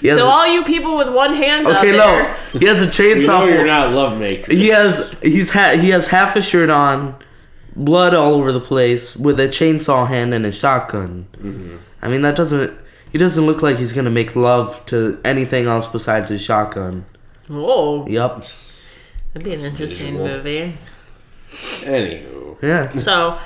[SPEAKER 3] He has
[SPEAKER 1] so
[SPEAKER 3] a-
[SPEAKER 1] all you people with one hand out
[SPEAKER 3] okay,
[SPEAKER 1] there,
[SPEAKER 3] no, he has a
[SPEAKER 2] You
[SPEAKER 3] chainsaw.
[SPEAKER 2] know
[SPEAKER 3] for-
[SPEAKER 2] you're not love maker.
[SPEAKER 3] he has he's ha- he has half a shirt on, blood all over the place, with a chainsaw hand and a shotgun. I mean that doesn't he doesn't look like he's gonna make love to anything else besides his shotgun.
[SPEAKER 1] whoa,
[SPEAKER 3] Yup.
[SPEAKER 1] that'd be an interesting
[SPEAKER 2] visual.
[SPEAKER 1] movie.
[SPEAKER 2] Anywho.
[SPEAKER 3] Yeah.
[SPEAKER 1] So,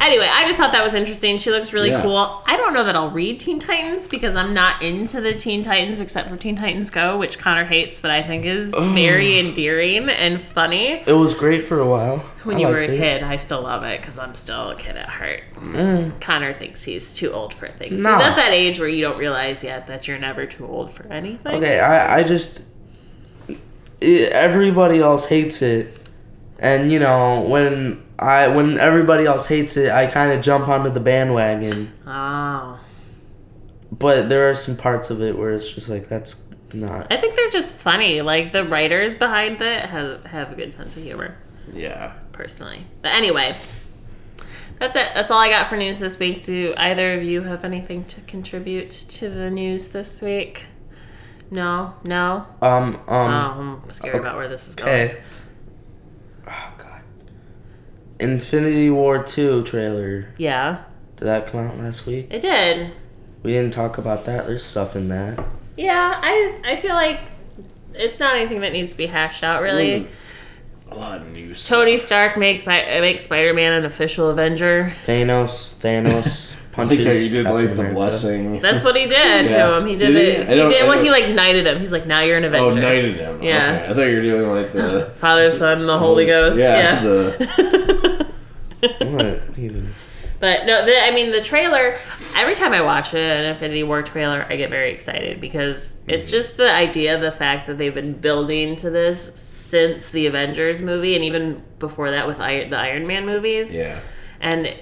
[SPEAKER 1] anyway, I just thought that was interesting. She looks really
[SPEAKER 2] Yeah.
[SPEAKER 1] cool. I don't know that I'll read Teen Titans because I'm not into the Teen Titans except for Teen Titans Go, which Connor hates, but I think is very endearing and funny.
[SPEAKER 3] It was great for a while.
[SPEAKER 1] When
[SPEAKER 3] I
[SPEAKER 1] you were a
[SPEAKER 3] liked it.
[SPEAKER 1] kid, I still love it because I'm still a kid at heart. Connor thinks he's too old for things.
[SPEAKER 3] Mm. No.
[SPEAKER 1] He's at that age where you don't realize yet that you're never too old for anything.
[SPEAKER 3] Okay, I I just i everybody else hates it, and you know when I when everybody else hates it, I kind of jump onto the bandwagon.
[SPEAKER 1] Oh.
[SPEAKER 3] But there are some parts of it where it's just like that's not.
[SPEAKER 1] I think they're just funny. Like, the writers behind it have, have a good sense of humor.
[SPEAKER 2] Yeah.
[SPEAKER 1] personally. But anyway, that's it. That's all I got for news this week. Do either of you have anything to contribute to the news this week? No, no.
[SPEAKER 3] Um
[SPEAKER 1] Oh,
[SPEAKER 3] um.
[SPEAKER 1] I'm scared about where this is going.
[SPEAKER 3] Okay. Oh god. Infinity War two trailer.
[SPEAKER 1] Yeah,
[SPEAKER 3] Did that come out last week?
[SPEAKER 1] it did.
[SPEAKER 3] We didn't talk about that. There's stuff in that.
[SPEAKER 1] Yeah, I I feel like it's not anything that needs to be hashed out really.
[SPEAKER 2] Wasn't a lot of new stuff.
[SPEAKER 1] Tony Stark makes I makes Spider-Man an official Avenger.
[SPEAKER 3] Thanos. Thanos
[SPEAKER 2] I like
[SPEAKER 3] punches.
[SPEAKER 2] how you did
[SPEAKER 3] Captain
[SPEAKER 2] like the
[SPEAKER 3] America.
[SPEAKER 2] blessing.
[SPEAKER 1] That's what he did
[SPEAKER 2] Yeah.
[SPEAKER 1] to him. He did,
[SPEAKER 2] Did he?
[SPEAKER 1] it.
[SPEAKER 2] I
[SPEAKER 1] He
[SPEAKER 2] don't-
[SPEAKER 1] did
[SPEAKER 2] I
[SPEAKER 1] well. He
[SPEAKER 2] don't-
[SPEAKER 1] like knighted him. He's like now you're an
[SPEAKER 2] Oh,
[SPEAKER 1] Avenger.
[SPEAKER 2] knighted him.
[SPEAKER 1] Yeah.
[SPEAKER 2] Okay. I thought you were doing like the
[SPEAKER 1] Father, Son, the Holy Ghost.
[SPEAKER 2] Yeah.
[SPEAKER 1] Yeah.
[SPEAKER 2] The,
[SPEAKER 3] What even?
[SPEAKER 1] But no, the, I mean the trailer. Every time I watch it, an Infinity War trailer, I get very excited because it's just the idea, the fact that they've been building to this since the Avengers movie, and even before that with I, the Iron Man movies.
[SPEAKER 2] yeah.
[SPEAKER 1] And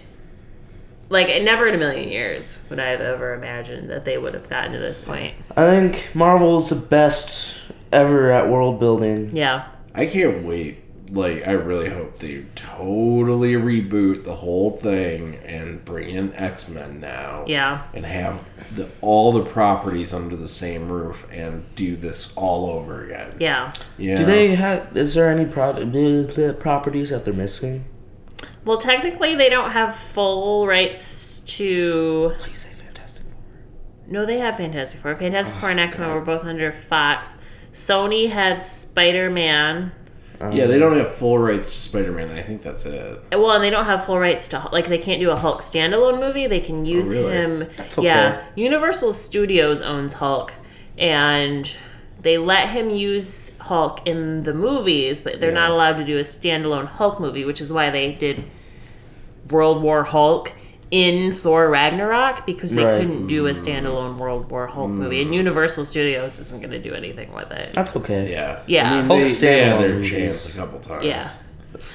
[SPEAKER 1] like, never in a million years would I have ever imagined that they would have gotten to this point.
[SPEAKER 3] I think Marvel's the best ever at world building.
[SPEAKER 1] Yeah,
[SPEAKER 2] I can't wait. Like, I really hope they totally reboot the whole thing and bring in X Men now.
[SPEAKER 1] yeah.
[SPEAKER 2] And have the, all the properties under the same roof and do this all over again.
[SPEAKER 1] Yeah.
[SPEAKER 2] Yeah.
[SPEAKER 3] Do they have? Is there any pro- bleh, bleh, properties that they're missing?
[SPEAKER 1] Well, technically, they don't have full rights to
[SPEAKER 3] Please say Fantastic Four.
[SPEAKER 1] No, they have Fantastic Four. Fantastic Four and X Men were both under Fox. Sony had Spider Man.
[SPEAKER 2] yeah,
[SPEAKER 3] Um,
[SPEAKER 2] they don't have full rights to Spider Man. I think that's it.
[SPEAKER 1] Well, and they don't have full rights to like they can't do a Hulk standalone movie. They can use
[SPEAKER 2] really?
[SPEAKER 1] him.
[SPEAKER 3] okay.
[SPEAKER 1] Yeah, Universal Studios owns Hulk, and they let him use Hulk in the movies, but they're not
[SPEAKER 2] Yeah.
[SPEAKER 1] allowed to do a standalone Hulk movie, which is why they did World War Hulk in Thor Ragnarok because they
[SPEAKER 3] Right.
[SPEAKER 1] couldn't do a standalone World War Hulk movie, and Universal Studios isn't going to do anything with it.
[SPEAKER 3] That's okay.
[SPEAKER 2] Yeah.
[SPEAKER 1] Yeah.
[SPEAKER 2] I mean,
[SPEAKER 3] Hulk
[SPEAKER 2] they, they had
[SPEAKER 3] standalone
[SPEAKER 2] their
[SPEAKER 3] movies.
[SPEAKER 2] chance a couple times.
[SPEAKER 1] Yeah.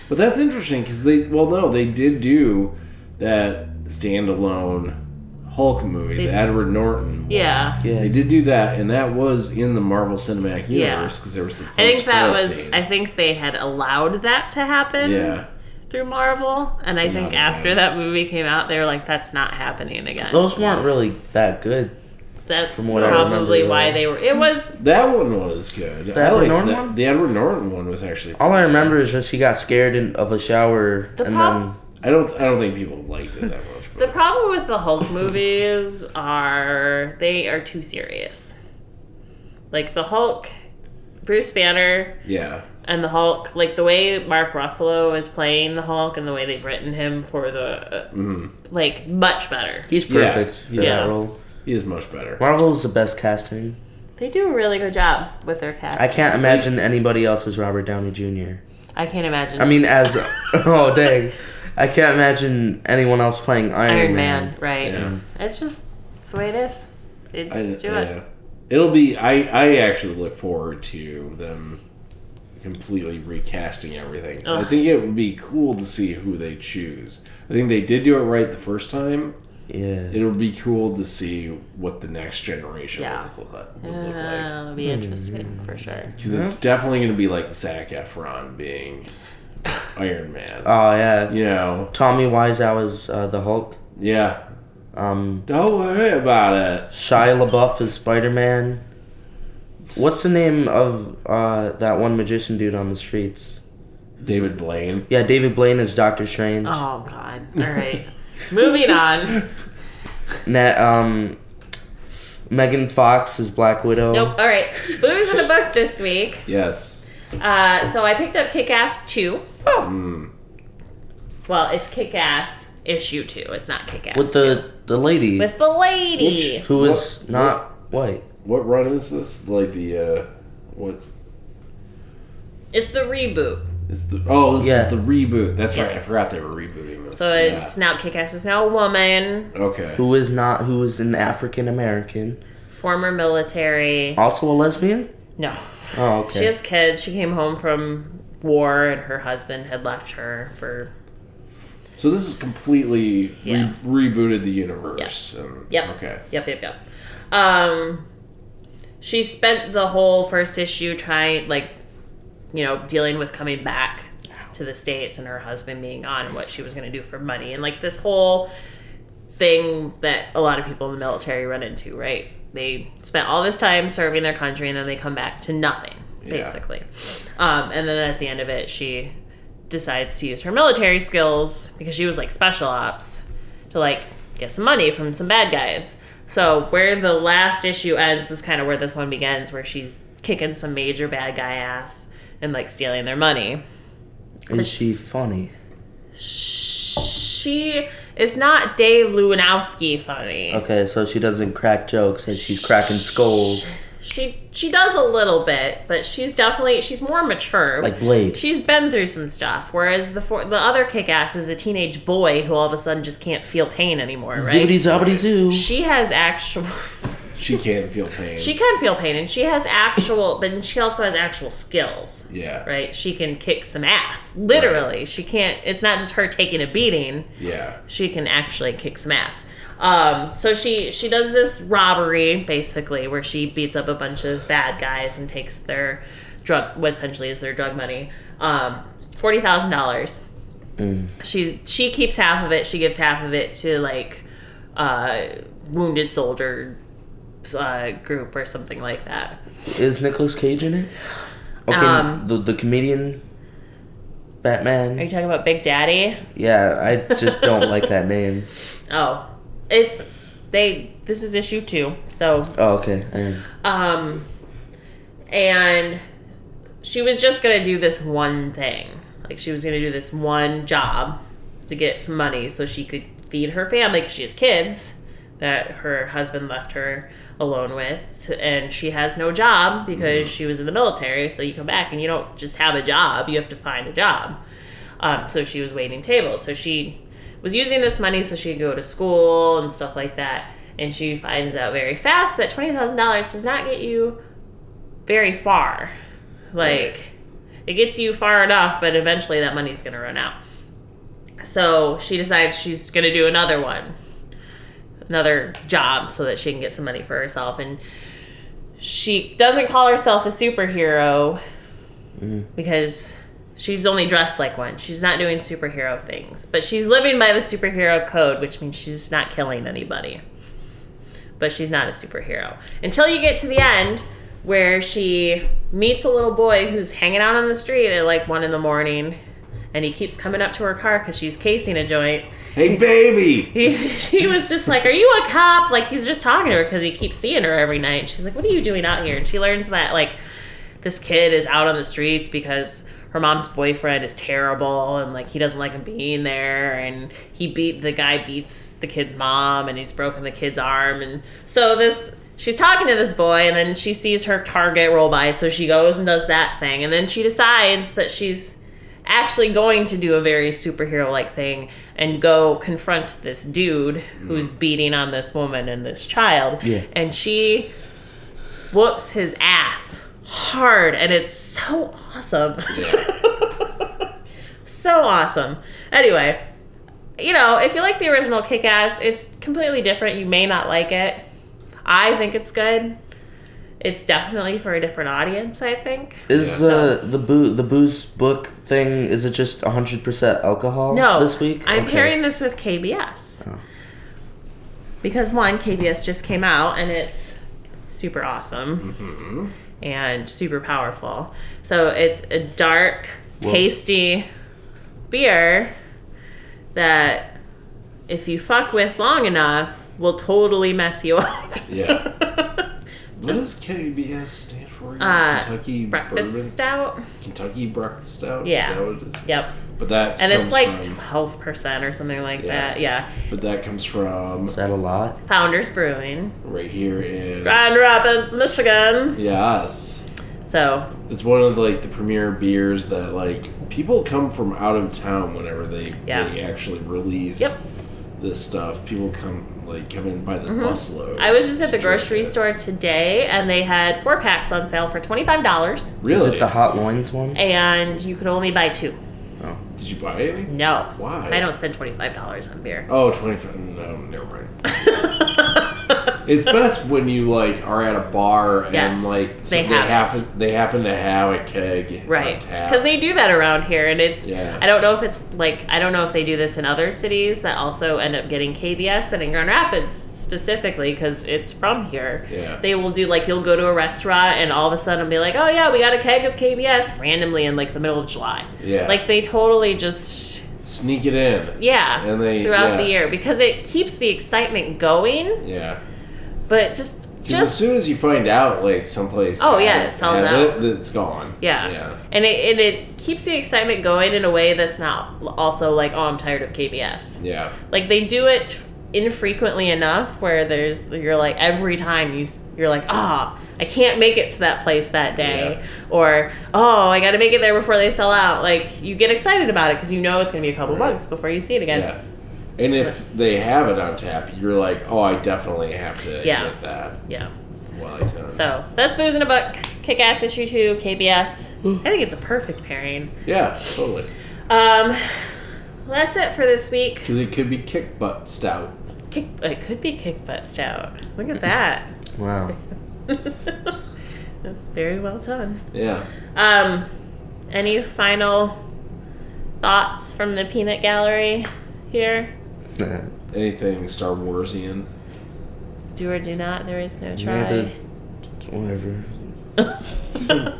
[SPEAKER 2] But that's interesting because they, well, no, they did do that standalone Hulk movie, the Edward Norton. one.
[SPEAKER 1] Yeah.
[SPEAKER 3] Yeah.
[SPEAKER 2] They did do that, and that was in the Marvel Cinematic
[SPEAKER 1] Yeah.
[SPEAKER 2] Universe because there was the
[SPEAKER 1] I think that
[SPEAKER 2] post-credit
[SPEAKER 1] was.
[SPEAKER 2] scene.
[SPEAKER 1] I think they had allowed that to happen
[SPEAKER 2] yeah.
[SPEAKER 1] through Marvel, and I think
[SPEAKER 2] Not
[SPEAKER 1] after
[SPEAKER 2] allowed.
[SPEAKER 1] that movie came out, they were like, "That's not happening again."
[SPEAKER 3] Those weren't really that good.
[SPEAKER 1] That's
[SPEAKER 3] From what I
[SPEAKER 1] probably
[SPEAKER 3] remember,
[SPEAKER 1] why
[SPEAKER 3] yeah.
[SPEAKER 1] they were. It was
[SPEAKER 2] That one was good. The
[SPEAKER 3] Edward
[SPEAKER 2] I liked
[SPEAKER 3] Norton
[SPEAKER 2] that.
[SPEAKER 3] one?
[SPEAKER 2] The Edward Norton one was actually.
[SPEAKER 3] All I remember is just he got scared in, of a shower
[SPEAKER 1] The
[SPEAKER 3] and
[SPEAKER 1] prob-
[SPEAKER 2] I don't. I don't think people liked it that much.
[SPEAKER 1] the
[SPEAKER 2] But
[SPEAKER 1] problem with the Hulk movies are they are too serious. Like the Hulk, Bruce Banner,
[SPEAKER 2] yeah,
[SPEAKER 1] and the Hulk, like the way Mark Ruffalo is playing the Hulk and the way they've written him for the,
[SPEAKER 3] Mm-hmm.
[SPEAKER 1] like much better.
[SPEAKER 3] then he's
[SPEAKER 2] Yeah.
[SPEAKER 3] perfect for
[SPEAKER 1] Yeah.
[SPEAKER 3] that role.
[SPEAKER 2] he is much better.
[SPEAKER 3] Marvel's the best casting.
[SPEAKER 1] They do a really good job with their cast.
[SPEAKER 3] I can't imagine anybody else as Robert Downey Jr.
[SPEAKER 1] I can't imagine.
[SPEAKER 3] I mean, as oh dang, I can't imagine anyone else playing Iron,
[SPEAKER 1] Iron
[SPEAKER 3] Man.
[SPEAKER 1] Man, right?
[SPEAKER 2] Yeah.
[SPEAKER 1] It's just it's the way it is. They
[SPEAKER 2] I,
[SPEAKER 1] just do
[SPEAKER 2] yeah.
[SPEAKER 1] it.
[SPEAKER 2] It'll be. I. I actually look forward to them completely recasting everything. So I
[SPEAKER 1] Ugh.
[SPEAKER 2] think it would be cool to see who they choose. I think they did do it right the first time.
[SPEAKER 3] Yeah,
[SPEAKER 2] It'll be cool to see what the next generation
[SPEAKER 1] Yeah.
[SPEAKER 2] would look like.
[SPEAKER 1] Uh,
[SPEAKER 2] Would look like.
[SPEAKER 1] it'll be interesting for sure.
[SPEAKER 2] Because it's definitely going to be like Zach Efron being Iron Man.
[SPEAKER 3] Oh yeah.
[SPEAKER 2] you know,
[SPEAKER 3] Tommy Wiseau is uh, the Hulk.
[SPEAKER 2] yeah.
[SPEAKER 3] Um,
[SPEAKER 2] Don't worry about it.
[SPEAKER 3] Shia LaBeouf is Spider Man. What's the name of uh, that one magician dude on the streets?
[SPEAKER 2] David Blaine.
[SPEAKER 3] Yeah, David Blaine is Doctor Strange.
[SPEAKER 1] Oh God! All right, moving on.
[SPEAKER 3] Net um, Megan Fox is Black Widow.
[SPEAKER 1] Nope. All right, booze in a book this week.
[SPEAKER 2] Yes.
[SPEAKER 1] Uh, so I picked up Kick Ass two.
[SPEAKER 2] Mm.
[SPEAKER 1] Well, it's Kick Ass issue two. It's not Kick Ass
[SPEAKER 3] With the the lady
[SPEAKER 1] with the lady.
[SPEAKER 3] which- who is
[SPEAKER 2] What-
[SPEAKER 3] not white.
[SPEAKER 2] What run is this? Like the uh what
[SPEAKER 1] It's the reboot.
[SPEAKER 2] is the Oh, this
[SPEAKER 3] Yeah.
[SPEAKER 2] is the reboot. That's right. I
[SPEAKER 1] Yes.
[SPEAKER 2] forgot they were rebooting this.
[SPEAKER 1] So
[SPEAKER 2] Yeah.
[SPEAKER 1] it's now Kick Ass is now a woman,
[SPEAKER 2] Okay.
[SPEAKER 3] Who is not? Who is an African American?
[SPEAKER 1] former military.
[SPEAKER 3] Also a lesbian?
[SPEAKER 1] No,
[SPEAKER 3] Oh, okay.
[SPEAKER 1] she has kids. She came home from war, and her husband had left her for.
[SPEAKER 2] So this is completely
[SPEAKER 1] Yeah.
[SPEAKER 2] re- rebooted the universe. And,
[SPEAKER 1] Yep.
[SPEAKER 2] Okay.
[SPEAKER 1] Yep, yep, yep. Um, she spent the whole first issue trying, like, you know, dealing with coming back to the states and her husband being on and what she was going to do for money and like this whole thing that a lot of people in the military run into, right? They spent all this time serving their country and then they come back to nothing,
[SPEAKER 2] Yeah.
[SPEAKER 1] basically. Um, and then at the end of it, she decides to use her military skills because she was like special ops to like get some money from some bad guys. So where the last issue ends is kind of where this one begins, where she's kicking some major bad guy ass and like stealing their money.
[SPEAKER 3] Is she funny?
[SPEAKER 1] She is not Dave Lewinowski funny.
[SPEAKER 3] Okay, so she doesn't crack jokes and she's cracking skulls
[SPEAKER 1] She she does a little bit, but she's definitely she's more mature.
[SPEAKER 3] like Blade.
[SPEAKER 1] she's been through some stuff, whereas the for, the other kick ass is a teenage boy who all of a sudden just can't feel pain anymore, right?
[SPEAKER 3] Zibbity zobbity zoo.
[SPEAKER 1] She has actual
[SPEAKER 2] She can feel pain.
[SPEAKER 1] she can feel pain and she has actual but she also has actual skills.
[SPEAKER 2] yeah.
[SPEAKER 1] Right? She can kick some ass. Literally. She can't it's not just her taking a beating.
[SPEAKER 2] Yeah.
[SPEAKER 1] she can actually kick some ass. Um, so she she does this robbery basically where she beats up a bunch of bad guys and takes their drug what essentially is their drug money. Um, forty thousand dollars. She she keeps half of it. She gives half of it to like uh, wounded soldier uh, group or something like that.
[SPEAKER 3] Is Nicolas Cage in it? Okay,
[SPEAKER 1] Um,
[SPEAKER 3] the, the comedian
[SPEAKER 1] Are you
[SPEAKER 3] Batman.
[SPEAKER 1] talking about Big Daddy?
[SPEAKER 3] Yeah, I just don't like that name.
[SPEAKER 1] Oh, it's they. This is issue two, so
[SPEAKER 3] Oh, okay. and-
[SPEAKER 1] Um, and she was just gonna do this one thing. Like she was gonna do this one job to get some money so she could feed her family because she has kids. that her husband left her alone with, and she has no job because she was in the military. So you come back and you don't just have a job; you have to find a job. Um, so she was waiting tables. So she was using this money so she could go to school and stuff like that. And she finds out very fast that twenty thousand dollars does not get you very far. Like it gets you far enough, but eventually that money's gonna run out. So she decides she's gonna do another one, another job, so that she can get some money for herself. And she doesn't call herself a superhero because she's only dressed like one. She's not doing superhero things, but she's living by the superhero code, which means she's not killing anybody. But she's not a superhero until you get to the end where she meets a little boy who's hanging out on the street at like one in the morning. And he keeps coming up to her car because she's casing a joint.
[SPEAKER 2] Hey, baby!
[SPEAKER 1] He, she was just like, "Are you a cop?" Like he's just talking to her because he keeps seeing her every night. She's like, "What are you doing out here?" And she learns that like this kid is out on the streets because her mom's boyfriend is terrible and like he doesn't like him being there and he beat the guy beats the kid's mom and he's broken the kid's arm and so this she's talking to this boy and then she sees her target roll by so she goes and does that thing and then she decides that she's actually going to do a very superhero like thing and go confront this dude who's beating on this woman and this child.
[SPEAKER 3] Yeah.
[SPEAKER 1] And she whoops his ass hard and it's so awesome. so awesome. Anyway, you know, if you like the original Kick Ass, it's completely different. You may not like it. I think it's good. It's definitely for a different audience, I think.
[SPEAKER 3] Is
[SPEAKER 2] Yeah.
[SPEAKER 3] uh, the boo the booze book thing? Is it just hundred percent alcohol?
[SPEAKER 1] No,
[SPEAKER 3] Oh, this week.
[SPEAKER 1] I'm
[SPEAKER 3] Okay.
[SPEAKER 1] pairing this with KBS
[SPEAKER 3] Oh.
[SPEAKER 1] because one KBS just came out and it's super awesome
[SPEAKER 3] Mm-hmm.
[SPEAKER 1] and super powerful. So it's a dark, tasty beer that if you fuck with long enough will totally mess you up.
[SPEAKER 2] Yeah. What does KBS stand for? again?
[SPEAKER 1] Uh,
[SPEAKER 2] Kentucky
[SPEAKER 1] Breakfast
[SPEAKER 2] Bourbon?
[SPEAKER 1] stout.
[SPEAKER 2] Kentucky Breakfast Stout?
[SPEAKER 1] Yeah.
[SPEAKER 2] Is that what it is?
[SPEAKER 1] Yep.
[SPEAKER 2] But that's
[SPEAKER 1] And it's
[SPEAKER 2] comes
[SPEAKER 1] like
[SPEAKER 2] from-
[SPEAKER 1] 12% or something like
[SPEAKER 2] Yeah.
[SPEAKER 1] that. Yeah.
[SPEAKER 2] but that comes from
[SPEAKER 3] Is that a lot?
[SPEAKER 1] Founders Brewing.
[SPEAKER 2] right here in
[SPEAKER 1] Grand Rapids, Michigan.
[SPEAKER 2] Yes.
[SPEAKER 1] So
[SPEAKER 2] It's one of like the premier beers that like people come from out of town whenever they
[SPEAKER 1] Yeah.
[SPEAKER 2] they actually release
[SPEAKER 1] Yep.
[SPEAKER 2] this stuff. People come like come in by the busload.
[SPEAKER 1] Mm-hmm. I was just at the
[SPEAKER 2] to drink
[SPEAKER 1] grocery
[SPEAKER 2] it.
[SPEAKER 1] store today and they had four packs on sale for $25
[SPEAKER 3] Is
[SPEAKER 2] Really?
[SPEAKER 3] it the hot loins one? Oh,
[SPEAKER 1] and you could only buy two.
[SPEAKER 2] Did you buy any?
[SPEAKER 1] No.
[SPEAKER 2] Why?
[SPEAKER 1] I don't spend $25 on beer.
[SPEAKER 2] Oh, 25. No, never mind. it's best when you like are at a bar and
[SPEAKER 1] Yes,
[SPEAKER 2] like so
[SPEAKER 1] they
[SPEAKER 2] they,
[SPEAKER 1] have
[SPEAKER 2] happen they happen to have a keg on
[SPEAKER 1] Right.
[SPEAKER 2] tap.
[SPEAKER 1] Because they do that around here and it's,
[SPEAKER 2] Yeah.
[SPEAKER 1] I don't know if it's like, I don't know if they do this in other cities that also end up getting KBS, but in Grand Rapids specifically because it's from here.
[SPEAKER 2] Yeah.
[SPEAKER 1] They will do like, you'll go to a restaurant and all of a sudden be like, oh yeah, we got a keg of KBS randomly in like the middle of July.
[SPEAKER 2] Yeah.
[SPEAKER 1] Like they totally just
[SPEAKER 2] sneak it in.
[SPEAKER 1] Yeah.
[SPEAKER 2] And they-
[SPEAKER 1] throughout
[SPEAKER 2] yeah.
[SPEAKER 1] the year because it keeps the excitement going,
[SPEAKER 2] Yeah.
[SPEAKER 1] but just
[SPEAKER 2] Because as
[SPEAKER 1] just
[SPEAKER 2] soon as you find out, like someplace,
[SPEAKER 1] Oh, yeah,
[SPEAKER 2] has-
[SPEAKER 1] it sells
[SPEAKER 2] has
[SPEAKER 1] out.
[SPEAKER 2] it, then it's gone.
[SPEAKER 1] yeah.
[SPEAKER 2] yeah,
[SPEAKER 1] And it and it keeps the excitement going in a way that's not also like oh I'm tired of KBS.
[SPEAKER 2] yeah.
[SPEAKER 1] Like they do it infrequently enough where there's you're like every time you s- you're like ah I can't make it to that place that day
[SPEAKER 2] Yeah.
[SPEAKER 1] or oh I got to make it there before they sell out. Like you get excited about it because you know it's going to be a couple
[SPEAKER 2] Right.
[SPEAKER 1] months before you see it again.
[SPEAKER 2] yeah. And if they have it on tap, you're like, oh, I definitely have to
[SPEAKER 1] Yeah.
[SPEAKER 2] get that
[SPEAKER 1] yeah.
[SPEAKER 2] while I can.
[SPEAKER 1] So that's Booze in a Book, Kick Ass Issue 2, KBS. I think it's a perfect pairing.
[SPEAKER 2] yeah, totally.
[SPEAKER 1] Um, that's it for this week.
[SPEAKER 2] Because it could be kick butt stout.
[SPEAKER 1] Kick, it could be Kick Butt Stout. Look at that.
[SPEAKER 3] Wow.
[SPEAKER 1] Very well done.
[SPEAKER 2] Yeah.
[SPEAKER 1] Um, any final thoughts from the peanut gallery here?
[SPEAKER 3] Maybe
[SPEAKER 2] Anything Star Warsian.
[SPEAKER 1] Do or do not, there is no try.
[SPEAKER 3] whatever.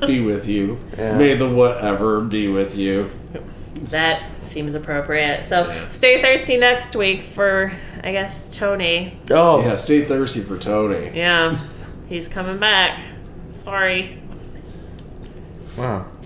[SPEAKER 2] be with you.
[SPEAKER 3] Yeah.
[SPEAKER 2] May the whatever be with you.
[SPEAKER 1] That seems appropriate. So
[SPEAKER 2] Yeah.
[SPEAKER 1] stay thirsty next week for, I guess, Tony.
[SPEAKER 3] Oh,
[SPEAKER 2] Yeah, stay thirsty for Tony.
[SPEAKER 1] Yeah, he's coming back. Sorry.
[SPEAKER 3] wow.